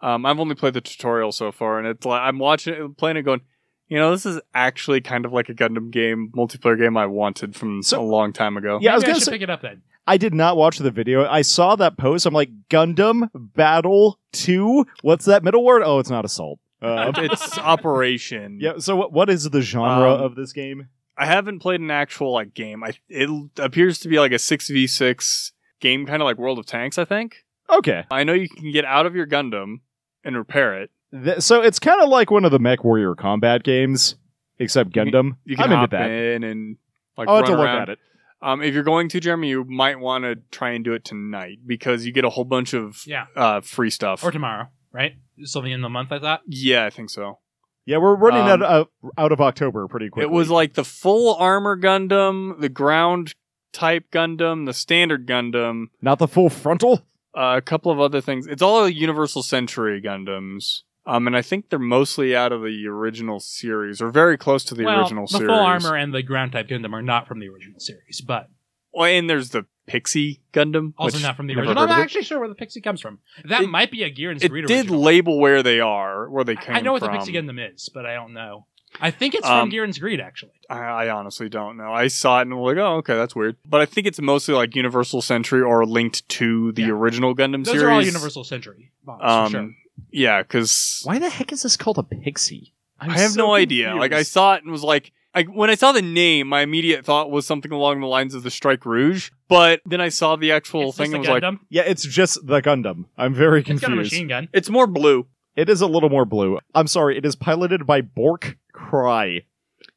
C: Um, I've only played the tutorial so far, and it's like I'm watching it, playing it, going, you know, this is actually kind of like a Gundam game, multiplayer game I wanted from
B: So-
C: a long time ago.
B: Yeah, I was
D: Maybe
B: gonna
D: should
B: say-
D: pick it up then.
B: I did not watch the video. I saw that post. I'm like, Gundam Battle 2? What's that middle word? Oh, it's not Assault. Uh,
C: it's Operation.
B: yeah, so what, what is the genre
C: Um,
B: of this game?
C: I haven't played an actual like game. I it appears to be like a six v six game, kind of like World of Tanks. I think.
B: Okay.
C: I know you can get out of your Gundam and repair it.
B: Th- so it's kind of like one of the Mech Warrior combat games, except
C: You can-
B: Gundam.
C: You can
B: I'm
C: hop
B: into that. Oh,
C: in and like
B: I'll
C: run
B: have to look
C: around.
B: at it.
C: Um, if you're going to Jeremy, you might want to try and do it tonight because you get a whole bunch of
D: Yeah.
C: uh, free stuff.
D: Or tomorrow, right? Something in the month, I thought.
C: yeah, I think so.
B: Yeah, we're running
C: Um,
B: out, of, out of October pretty quickly.
C: It was like the full armor Gundam, the ground type Gundam, the standard Gundam,
B: Not the full frontal?
C: uh, a couple of other things. It's all Universal Century Gundams. Um, and I think they're mostly out of the original series, or very close to the
D: well,
C: original
D: the
C: series.
D: full armor and the ground type Gundam are not from the original series, but
C: Well, and there's the Pixie Gundam,
D: also
C: which
D: not from the
C: never
D: original.
C: heard
D: I'm
C: of
D: not
C: it.
D: actually sure where the Pixie comes from. That
C: It-
D: might be a Gear and
C: It
D: Street
C: did
D: original.
C: label where they are, where they
D: I-
C: came.
D: I know what
C: from.
D: the Pixie Gundam is, but I don't know. I think it's
C: Um,
D: from Gear and Greed, actually.
C: I, I honestly don't know. I saw it and I'm like, oh, okay, that's weird. But I think it's mostly like Universal Century or linked to the
D: Yeah.
C: original Gundam
D: Those
C: series.
D: are all Universal Century models,
C: Um,
D: for sure.
C: Yeah, because
B: Why the heck is this called a pixie? I'm
C: I have
B: so
C: no idea.
B: confused.
C: Like I saw it and was like, I, when I saw the name, my immediate thought was something along the lines of the Strike Rouge. But then I saw the actual
D: It's just
C: thing
D: a
C: and was like,
D: Gundam.
B: Yeah, it's just the Gundam. I'm very
D: It's got a
B: confused.
D: machine gun.
C: it's more blue.
B: It is a little more blue. I'm sorry. It is piloted by Bork Cry.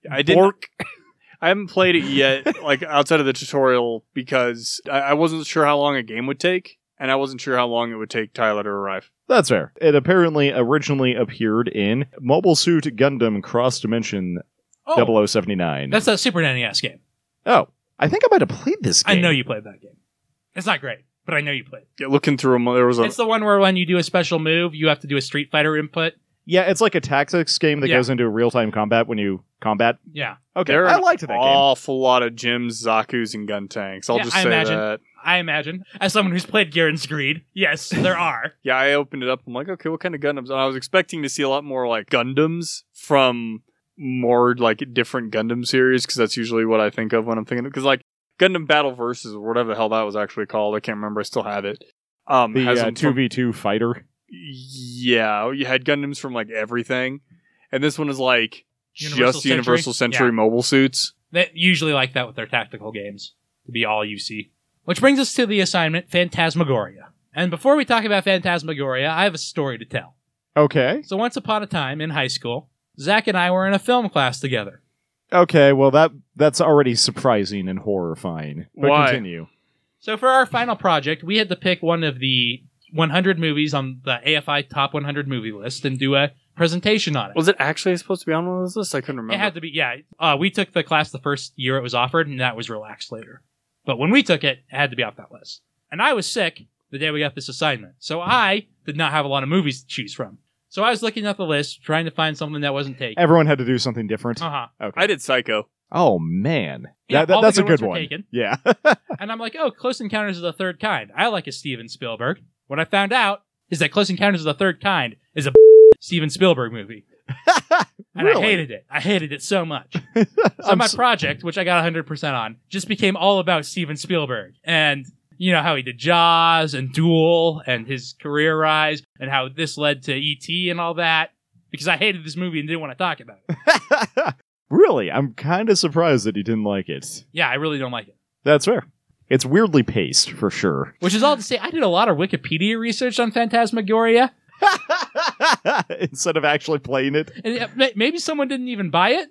C: I didn't.
B: Bork.
C: I haven't played it yet, like outside of the tutorial, because I, I wasn't sure how long a game would take, and I wasn't sure how long it would take Tyler to arrive.
B: That's fair. It apparently originally appeared in Mobile Suit Gundam Cross Dimension
D: Oh,
B: 0079.
D: that's a Super NES game.
B: oh, I think I might have played this
D: I
B: game.
D: know you played that game. It's not great, but I know you played. it.
C: Yeah, looking through them, there was a
D: It's the one where when you do a special move, you have to do a Street Fighter input.
B: Yeah, it's like a tactics game that
D: Yeah.
B: goes into real time combat when you combat.
D: Yeah,
B: Okay,
C: There are
B: I liked that game.
C: awful lot of gyms, Zaku's, and gun tanks. I'll
D: Yeah,
C: just
D: I
C: say
D: imagine.
C: that.
D: I imagine. As someone who's played Gear and Greed, yes, there are.
C: Yeah, I opened it up. I'm like, okay, what kind of Gundams? And I was expecting to see a lot more like Gundams from more like different Gundam series because that's usually what I think of when I'm thinking because like Gundam Battle Versus or whatever the hell that was actually called. I can't remember. I still have it. Um,
B: The
C: has
B: uh,
C: them from-
B: 2v2 fighter.
C: yeah, you had Gundams from like everything, and this one is like
D: Universal
C: just
D: Century?
C: Universal Century
D: Yeah.
C: mobile suits.
D: They usually like that with their tactical games to be all you see. Which brings us to the assignment Phantasmagoria. And before we talk about Phantasmagoria, I have a story to tell.
B: Okay.
D: So once upon a time in high school, Zach and I were in a film class together.
B: Okay, well that that's already surprising and horrifying. But
C: Why?
B: continue.
D: So for our final project, we had to pick one of the 100 movies on the AFI Top 100 movie list and do a presentation on it.
C: Was it actually supposed to be on one of those lists? I couldn't remember.
D: It had to be, yeah. Uh, we took the class the first year it was offered, and that was relaxed later. But when we took it, it had to be off that list. And I was sick the day we got this assignment, so I did not have a lot of movies to choose from. So I was looking at the list, trying to find something that wasn't taken.
B: Everyone had to do something different.
D: Uh huh.
B: Okay.
C: I did Psycho.
B: Oh man,
D: Yeah,
B: that, that-
D: all the
B: that's a
D: good ones
B: good
D: were
B: one.
D: taken.
B: Yeah,
D: And I'm like, oh, Close Encounters of the Third Kind. I like a Steven Spielberg. What I found out is that Close Encounters of the Third Kind is a Steven Spielberg movie. And
B: really?
D: I hated it. I hated it so much. So
B: I'm
D: my
B: s-
D: project, which I got 100% on, just became all about Steven Spielberg and you know how he did Jaws and Duel and his career rise and how this led to ET and all that because I hated this movie and didn't want to talk about it.
B: really, I'm kind of surprised that he didn't like it.
D: Yeah, I really don't like it.
B: That's fair. It's weirdly paced for sure.
D: Which is all to say, I did a lot of Wikipedia research on Phantasmagoria,
B: Instead of actually playing it,
D: and it- may- maybe someone didn't even buy it.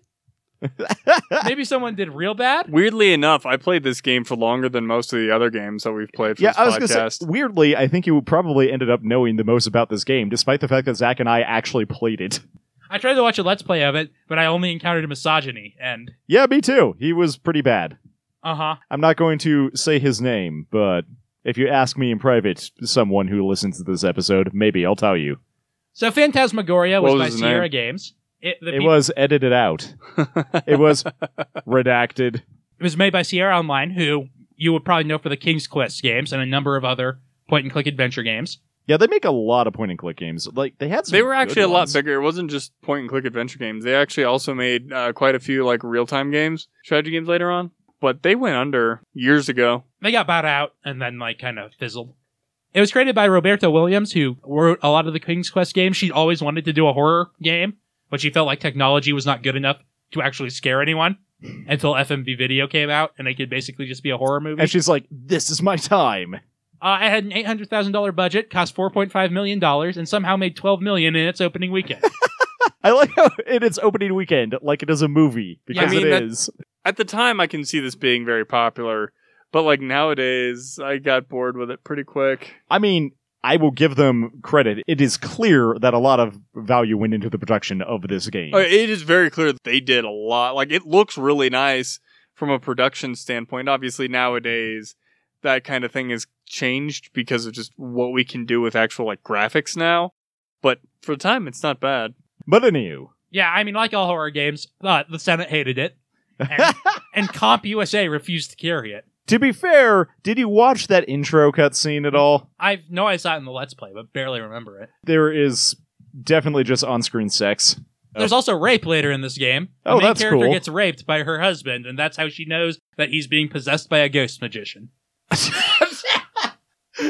D: maybe someone did real bad.
C: Weirdly enough, I played this game for longer than most of the other games that we've played for
B: yeah,
C: this
B: I was gonna
C: podcast.
B: say. uh, Weirdly, I think you probably ended up knowing the most about this game, despite the fact that Zach and I actually played it.
D: I tried to watch a Let's Play of it, but I only encountered misogyny, and
B: Yeah, me too. He was pretty bad.
D: Uh huh.
B: I'm not going to say his name, but if you ask me in private, someone who listens to this episode, maybe I'll tell you.
D: So Phantasmagoria was,
C: What was
D: by
C: his
D: Sierra
C: name?
D: Games. It, the
B: It
D: peop-
B: was edited out. it was redacted.
D: it was made by Sierra Online, who you would probably know for the King's Quest games and a number of other point and click adventure games.
B: Yeah, they make a lot of point and click games. Like they had some
C: They were
B: good
C: actually a lot
B: ones.
C: bigger. It wasn't just point and click adventure games. They actually also made uh, quite a few like real time games, strategy games later on. But they went under years ago.
D: They got bought out and then like kind of fizzled. It was created by Roberta Williams, who wrote a lot of the King's Quest games. She always wanted to do a horror game, but she felt like technology was not good enough to actually scare anyone until FMV Video came out, and it could basically just be a horror movie.
B: And she's like, "This is my time."
D: Uh, it had an eight hundred thousand dollar budget, cost four point five million dollars, and somehow made twelve million in its opening weekend.
B: I like how in its opening weekend, like it is a movie because
C: Yeah, I mean,
B: it
C: that-
B: is.
C: At the time, I can see this being very popular. But like nowadays, I got bored with it pretty quick.
B: I mean, I will give them credit. It is clear that a lot of value went into the production of this game.
C: Uh, It is very clear that they did a lot. Like it looks really nice from a production standpoint. Obviously nowadays that kind of thing has changed because of just what we can do with actual like graphics now. But for the time it's not bad.
B: But anywho,
D: yeah, I mean, like all horror games, uh, the Senate hated it, and, and Comp USA refused to carry it.
B: to be fair, did you watch that intro cutscene at all?
D: I know I saw it in the Let's Play, but barely remember it.
B: There is definitely just on-screen sex.
D: There's also rape later in this game. The
B: Oh,
D: main
B: that's
D: character
B: cool.
D: gets raped by her husband, and that's how she knows that he's being possessed by a ghost magician.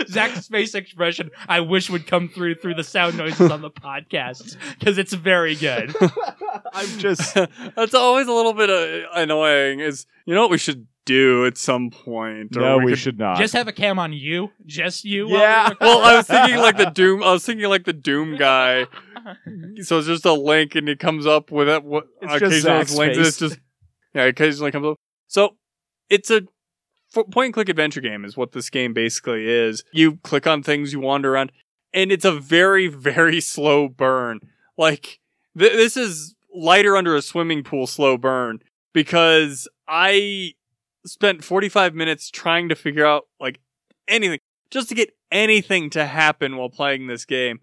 D: Zach's face expression, I wish would come through through the sound noises on the podcast because it's very good.
B: I'm just
C: That's always a little bit uh, annoying. Is you know what we should do at some point?
B: no, we
C: could-
B: should not.
D: Just have a cam on you, just you. while
B: Yeah.
D: we record.
C: Well, I was thinking like the Doom. I was thinking like the Doom guy. So it's just a link, and it comes up with it. What
B: It's just
C: occasionally
B: Zach's
C: it's links, and it's
B: face.
C: just yeah, it occasionally comes up. So it's a f- point and click adventure game, is what this game basically is. You click on things, you wander around, and it's a very very slow burn. Like th- this is lighter under a swimming pool slow burn because I spent 45 minutes trying to figure out like anything just to get anything to happen while playing this game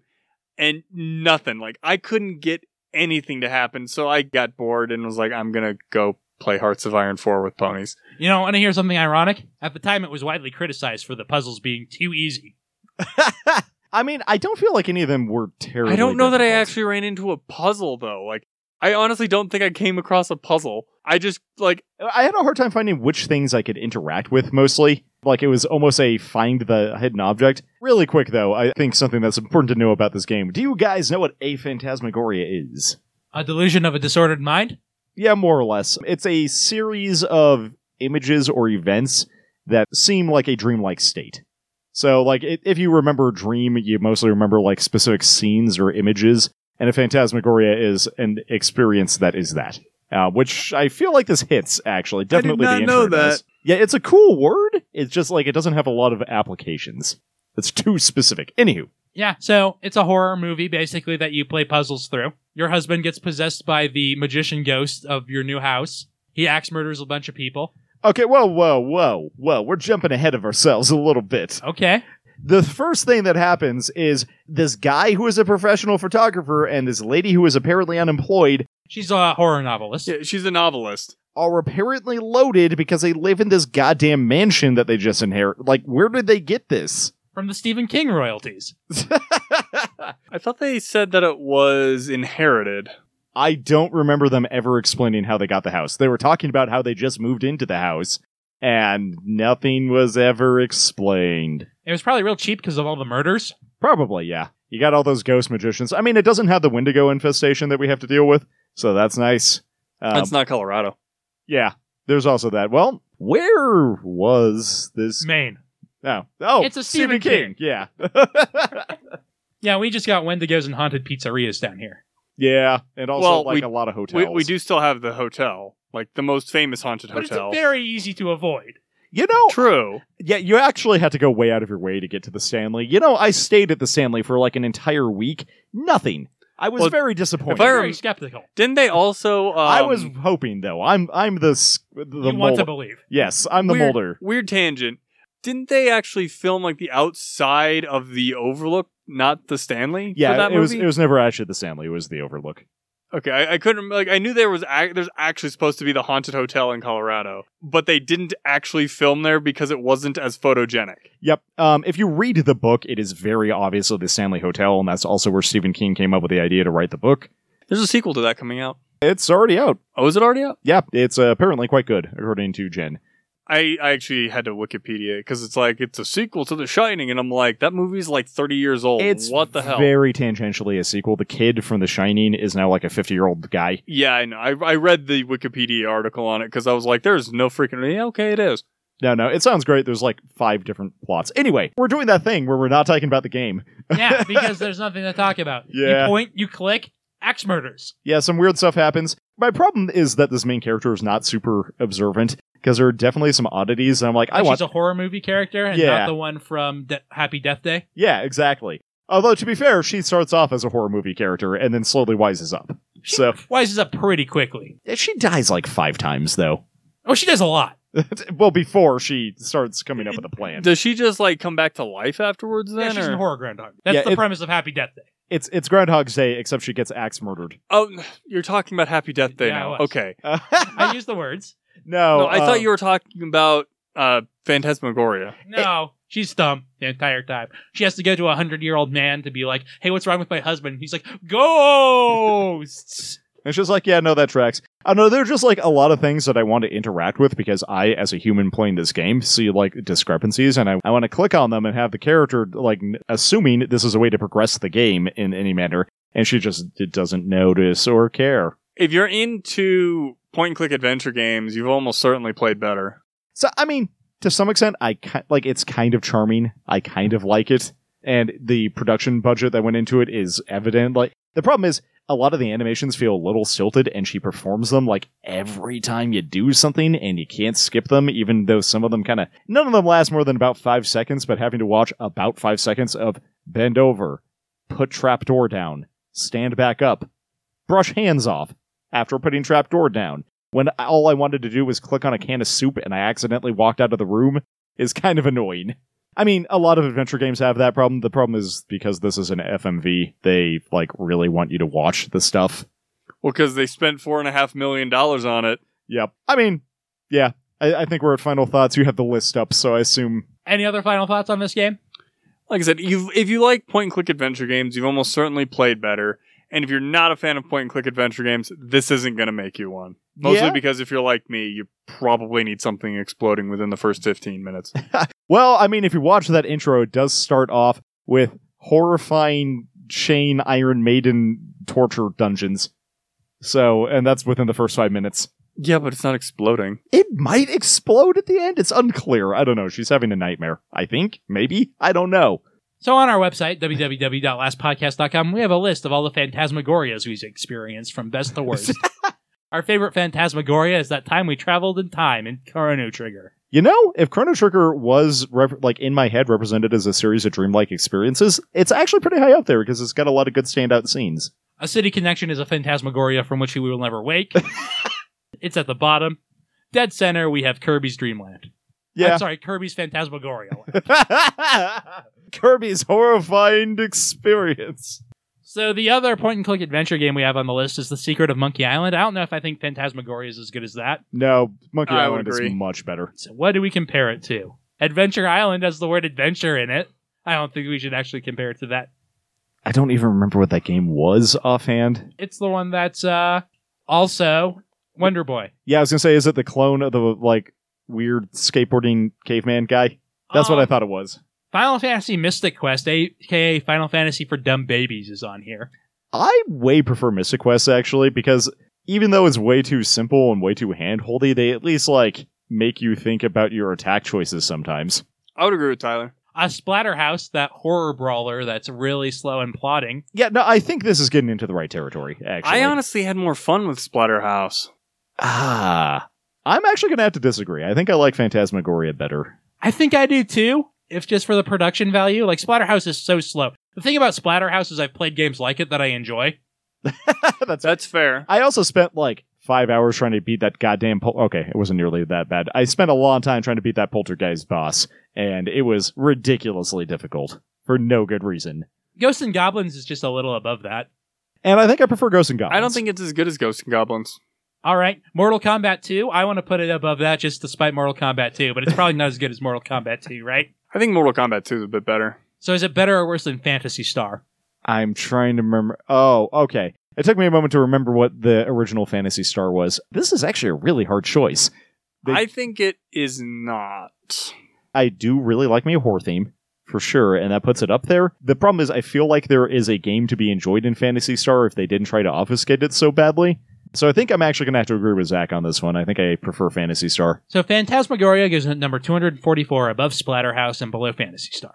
C: and nothing like i couldn't get anything to happen so i got bored and was like i'm gonna go play hearts of iron 4 with ponies
D: you know, want to hear something ironic? At the time, it was widely criticized for the puzzles being too easy.
B: I mean, I don't feel like any of them were terrible.
C: i don't know that i actually ran into a puzzle though like i honestly don't think i came across a puzzle i just like
B: I had a hard time finding which things I could interact with mostly. Like it was almost a find the hidden object. Really quick though, I think something that's important to know about this game. Do you guys know what a phantasmagoria is?
D: A delusion of a disordered mind?
B: Yeah, more or less. It's a series of images or events that seem like a dreamlike state. So, like, i- if you remember Dream, you mostly remember, like, specific scenes or images, and a Phantasmagoria is an experience that is that. Uh, which I feel like this hits, actually.
C: did
B: Definitely
C: not
B: the
C: know
B: intro does.
C: that.
B: Yeah, it's a cool word. It's just, like, it doesn't have a lot of applications. It's too specific. Anywho,
D: Yeah, so it's a horror movie basically that you play puzzles through. Your husband gets possessed by the magician ghost of your new house. He axe murders a bunch of people.
B: okay, whoa, whoa, whoa, whoa. We're jumping ahead of ourselves a little bit.
D: Okay.
B: the first thing that happens is this guy who is a professional photographer and this lady who is apparently unemployed
D: She's a horror novelist.
C: yeah, she's a novelist
B: are apparently loaded because they live in this goddamn mansion that they just inherit. Like, where did they get this?
D: From the Stephen King royalties.
C: i thought they said that it was inherited
B: I don't remember them ever explaining how they got the house. They were talking about how they just moved into the house and nothing was ever explained.
D: It was probably real cheap because of all the murders.
B: Probably, yeah. You got all those ghost magicians. I mean, it doesn't have the Wendigo infestation that we have to deal with, so that's nice. Um,
C: that's not colorado
B: Yeah, there's also that. Well, where was this?
D: Maine.
B: Oh, oh,
D: It's a Stephen
B: Yeah,
D: Yeah, we just got Wendigos and haunted pizzerias down here.
B: yeah, and also
C: Well,
B: like
C: we-
B: a lot of
C: we,
B: hotels.
C: we do still have the hotel like the most famous haunted
D: But
C: hotel
D: it's very easy to avoid.
B: You know,
C: True.
B: yeah, you actually had to go way out of your way to get to the Stanley. You know, I stayed at the Stanley for like an entire week. Nothing. I was
C: Well,
B: very disappointed.
C: if I
D: Very
C: rem-
D: skeptical.
C: Didn't they also? Um,
B: I was hoping though. I'm I'm the s- the
D: you want to
B: molder.
D: believe.
B: Yes, I'm the
C: weird,
B: molder.
C: Weird tangent. Didn't they actually film like the outside of the Overlook, not the Stanley? for
B: Yeah,
C: that
B: it was
C: movie?
B: it was never actually the Stanley. It was the Overlook.
C: Okay, I, I couldn't like I knew there was ac- there's actually supposed to be the haunted hotel in Colorado, but they didn't actually film there because it wasn't as photogenic.
B: Yep. Um, if you read the book, it is very obviously the Stanley Hotel, and that's also where Stephen King came up with the idea to write the book.
C: There's a sequel to that coming out.
B: It's already out.
C: Oh, is it already out?
B: Yeah, it's uh, apparently quite good, according to Jen.
C: I, I actually had to Wikipedia because it's like it's a sequel to The Shining, and I'm like that movie's like 30 years old.
B: It's
C: what the hell?
B: Very tangentially a sequel. The kid from The Shining is now like a 50 year old guy.
C: yeah, I know. I, I read the Wikipedia article on it because I was like, there's no freaking. Yeah, okay, it is.
B: No, no, it sounds great. There's like five different plots. Anyway, we're doing that thing where we're not talking about the game.
D: Yeah, because there's nothing to talk about.
B: Yeah.
D: You point, you click, axe murders.
B: Yeah, some weird stuff happens. My problem is that this main character is not super observant because there are definitely some oddities, and I'm like, I
D: Like,
B: want
D: She's a horror movie character and
B: Yeah.
D: not the one from De- Happy Death Day.
B: Yeah, exactly. Although to be fair, she starts off as a horror movie character and then slowly wises up. So
D: Wises up pretty quickly.
B: she dies like five times though.
D: Oh, she does a lot.
B: well, before she starts coming up with a plan.
C: Does she just like come back to life afterwards? Then
D: Yeah, she's
C: or?
D: in horror groundhog. That's
B: Yeah,
D: the
B: it-
D: premise of Happy Death Day.
B: It's it's Groundhog's Day, except she gets axe murdered.
C: oh, you're talking about Happy Death Day
D: Yeah, I
C: now.
D: was.
C: Okay.
B: no,
D: I use the words.
C: no,
B: um,
C: I thought you were talking about uh, Phantasmagoria.
D: No, she's dumb the entire time. She has to go to a hundred year old man to be like, "Hey, what's wrong with my husband?" He's like, "Ghosts."
B: It's just like, yeah, no, that tracks. I don't know there are just like a lot of things that I want to interact with because I, as a human playing this game, see like discrepancies and I, I want to click on them and have the character like n- assuming this is a way to progress the game in any manner. And she just d- doesn't notice or care.
C: If you're into point and click adventure games, you've almost certainly played better.
B: So, I mean, to some extent, I ki- like it's kind of charming. I kind of like it. And the production budget that went into it is evident. Like, the problem is a lot of the animations feel a little silted, and she performs them like every time you do something, and you can't skip them, even though some of them kind of none of them last more than about five seconds. But having to watch about five seconds of bend over, put trapdoor down, stand back up, brush hands off after putting trapdoor down when all I wanted to do was click on a can of soup and I accidentally walked out of the room is kind of annoying. I mean, a lot of adventure games have that problem. The problem is because this is an FMV, they like really want you to watch the stuff.
C: Well, because they spent four and a half million dollars on it.
B: Yep. I mean, yeah. I, I think we're at final thoughts. You have the list up, so I assume.
D: Any other final thoughts on this game?
C: Like I said, you if you like point and click adventure games, you've almost certainly played better. And if you're not a fan of point and click adventure games, this isn't going to make you one. Mostly
B: Yeah?
C: because if you're like me, you probably need something exploding within the first 15 minutes.
B: Well, I mean, if you watch that intro, it does start off with horrifying chain Iron Maiden torture dungeons. So, and that's within the first five minutes.
C: yeah, but it's not exploding.
B: it might explode at the end. It's unclear. I don't know. She's having a nightmare. I think. Maybe. I don't know.
D: So on our website, www.lastpodcast.com, we have a list of all the phantasmagorias we've experienced from best to worst. Our favorite phantasmagoria is that time we traveled in time in Chrono Trigger.
B: You know, if Chrono Trigger was rep- like in my head represented as a series of dreamlike experiences, it's actually pretty high up there because it's got a lot of good standout scenes.
D: A city connection is a phantasmagoria from which we will never wake. it's at the bottom. Dead center, we have Kirby's Dreamland.
B: Yeah.
D: I'm sorry, Kirby's Phantasmagoria.
B: Kirby's horrifying experience.
D: so the other point and click adventure game we have on the list is The Secret of Monkey Island. I don't know if I think Phantasmagoria is as good as that.
B: No, Monkey
C: I would
B: Island is
C: agree.
B: much better.
D: So what do we compare it to? Adventure Island has the word adventure in it. I don't think we should actually compare it to that.
B: I don't even remember what that game was offhand.
D: It's the one that's uh also Wonder Boy.
B: Yeah, I was gonna say, is it the clone of the like weird skateboarding caveman guy? That's what I
D: Um,
B: thought it was.
D: Final Fantasy Mystic Quest, aka Final Fantasy for Dumb Babies, is on here.
B: I way prefer Mystic Quest actually because even though it's way too simple and way too handholdy, they at least like make you think about your attack choices sometimes.
C: I would agree with Tyler.
D: a splatterhouse that horror brawler that's really slow and plotting
B: Yeah, no, I think this is getting into the right territory. Actually,
C: I honestly had more fun with Splatterhouse.
B: ah, I'm actually gonna have to disagree. I think I like Phantasmagoria better.
D: i think i do too if just for the production value like splatterhouse is so slow the thing about splatterhouse is i've played games like it that i enjoy
B: That's.
C: That's fair.
B: I also spent like five hours trying to beat that goddamn. Pol- okay, it wasn't nearly that bad. I spent a long time trying to beat that poltergeist boss, and it was ridiculously difficult for no good reason.
D: Ghosts and Goblins is just a little above that.
B: And I think I prefer Ghosts and Goblins.
C: I don't think it's as good as Ghosts and Goblins.
D: All right, Mortal Kombat 2. I want to put it above that just despite Mortal Kombat 2, but it's probably not as good as Mortal Kombat 2, right?
C: I think Mortal Kombat 2 is a bit better.
D: So is it better or worse than Fantasy Star?
B: I'm trying to remember. Oh, okay. It took me a moment to remember what the original Fantasy Star was. This is actually a really hard choice. They-
C: I think it is not.
B: I do really like me a horror theme for sure, and that puts it up there. The problem is, I feel like there is a game to be enjoyed in Fantasy Star if they didn't try to obfuscate it so badly. So I think I'm actually going to have to agree with Zach on this one. I think I prefer Fantasy Star.
D: So Phantasmagoria goes in at number 244 above Splatterhouse and below Fantasy Star.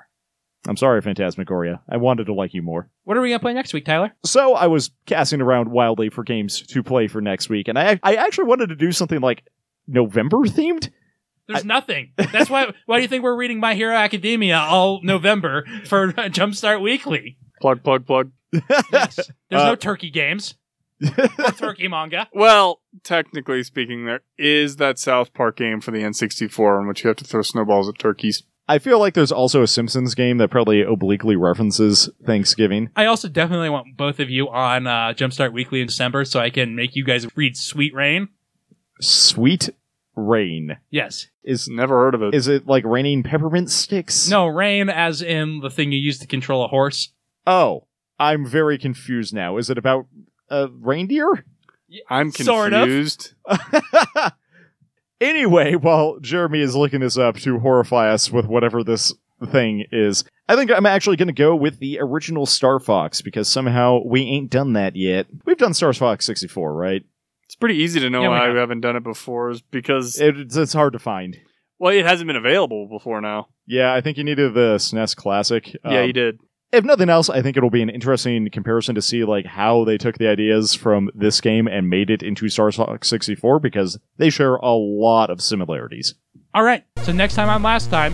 B: I'm sorry, Phantasmagoria. I wanted to like you more.
D: What are we going to play next week, Tyler?
B: So I was casting around wildly for games to play for next week, and I I actually wanted to do something like November themed.
D: There's nothing. That's why why do you think we're reading My Hero Academia all November for Jumpstart Weekly?
C: Plug, plug, plug.
D: Yes. There's
B: Uh,
D: no turkey games. or turkey manga.
C: Well, technically speaking, there is that South Park game for the N64 in which you have to throw snowballs at turkeys.
B: I feel like there's also a Simpsons game that probably obliquely references Thanksgiving.
D: I also definitely want both of you on uh, Jumpstart Weekly in December so I can make you guys read Sweet Rain.
B: Sweet rain
D: Yes.
B: is
C: Never heard of it.
B: is it like raining peppermint sticks?
D: No, rain as in the thing you use to control a horse.
B: Oh, I'm very confused now. Is it about uh, reindeer?
C: I'm
D: Sort of.
C: confused.
B: anyway, while Jeremy is looking this up to horrify us with whatever this thing is, I think I'm actually going to go with the original Star Fox because somehow we ain't done that yet. We've done Star Fox 64, right?
C: It's pretty easy to know
D: Yeah, we
C: why
D: have.
C: we haven't done it before is because,
B: It, it's, it's hard to find.
C: well, it hasn't been available before now.
B: Yeah, I think you needed the SNES Classic.
C: yeah,
B: Um,
C: you did.
B: if nothing else, I think it'll be an interesting comparison to see like how they took the ideas from this game and made it into Star Fox 64 because they share a lot of similarities.
D: All right. So next time on last time.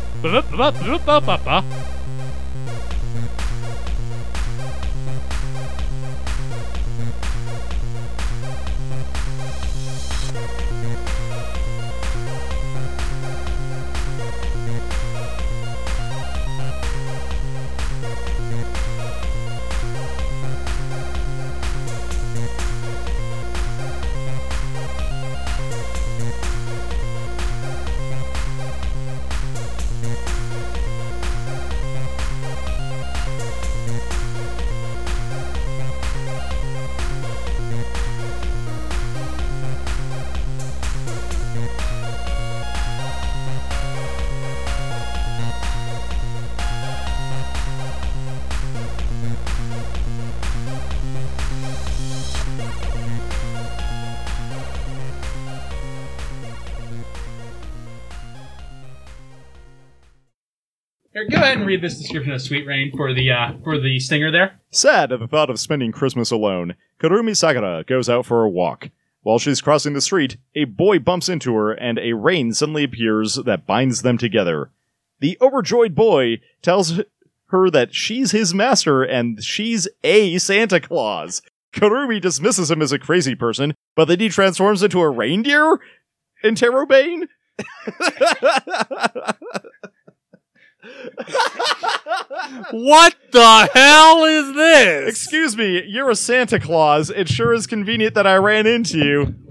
D: Here, go ahead and read this description of Sweet Rain for the uh, for the stinger there.
B: Sad at the thought of spending Christmas alone, Karumi Sakura goes out for a walk. While she's crossing the street, a boy bumps into her and a rain suddenly appears that binds them together. The overjoyed boy tells h- her that she's his master and she's a Santa Claus. Karumi dismisses him as a crazy person, but then he transforms into a reindeer? Interrobane?
C: What the hell is this?
B: Excuse me, you're a Santa Claus. It sure is convenient that I ran into you.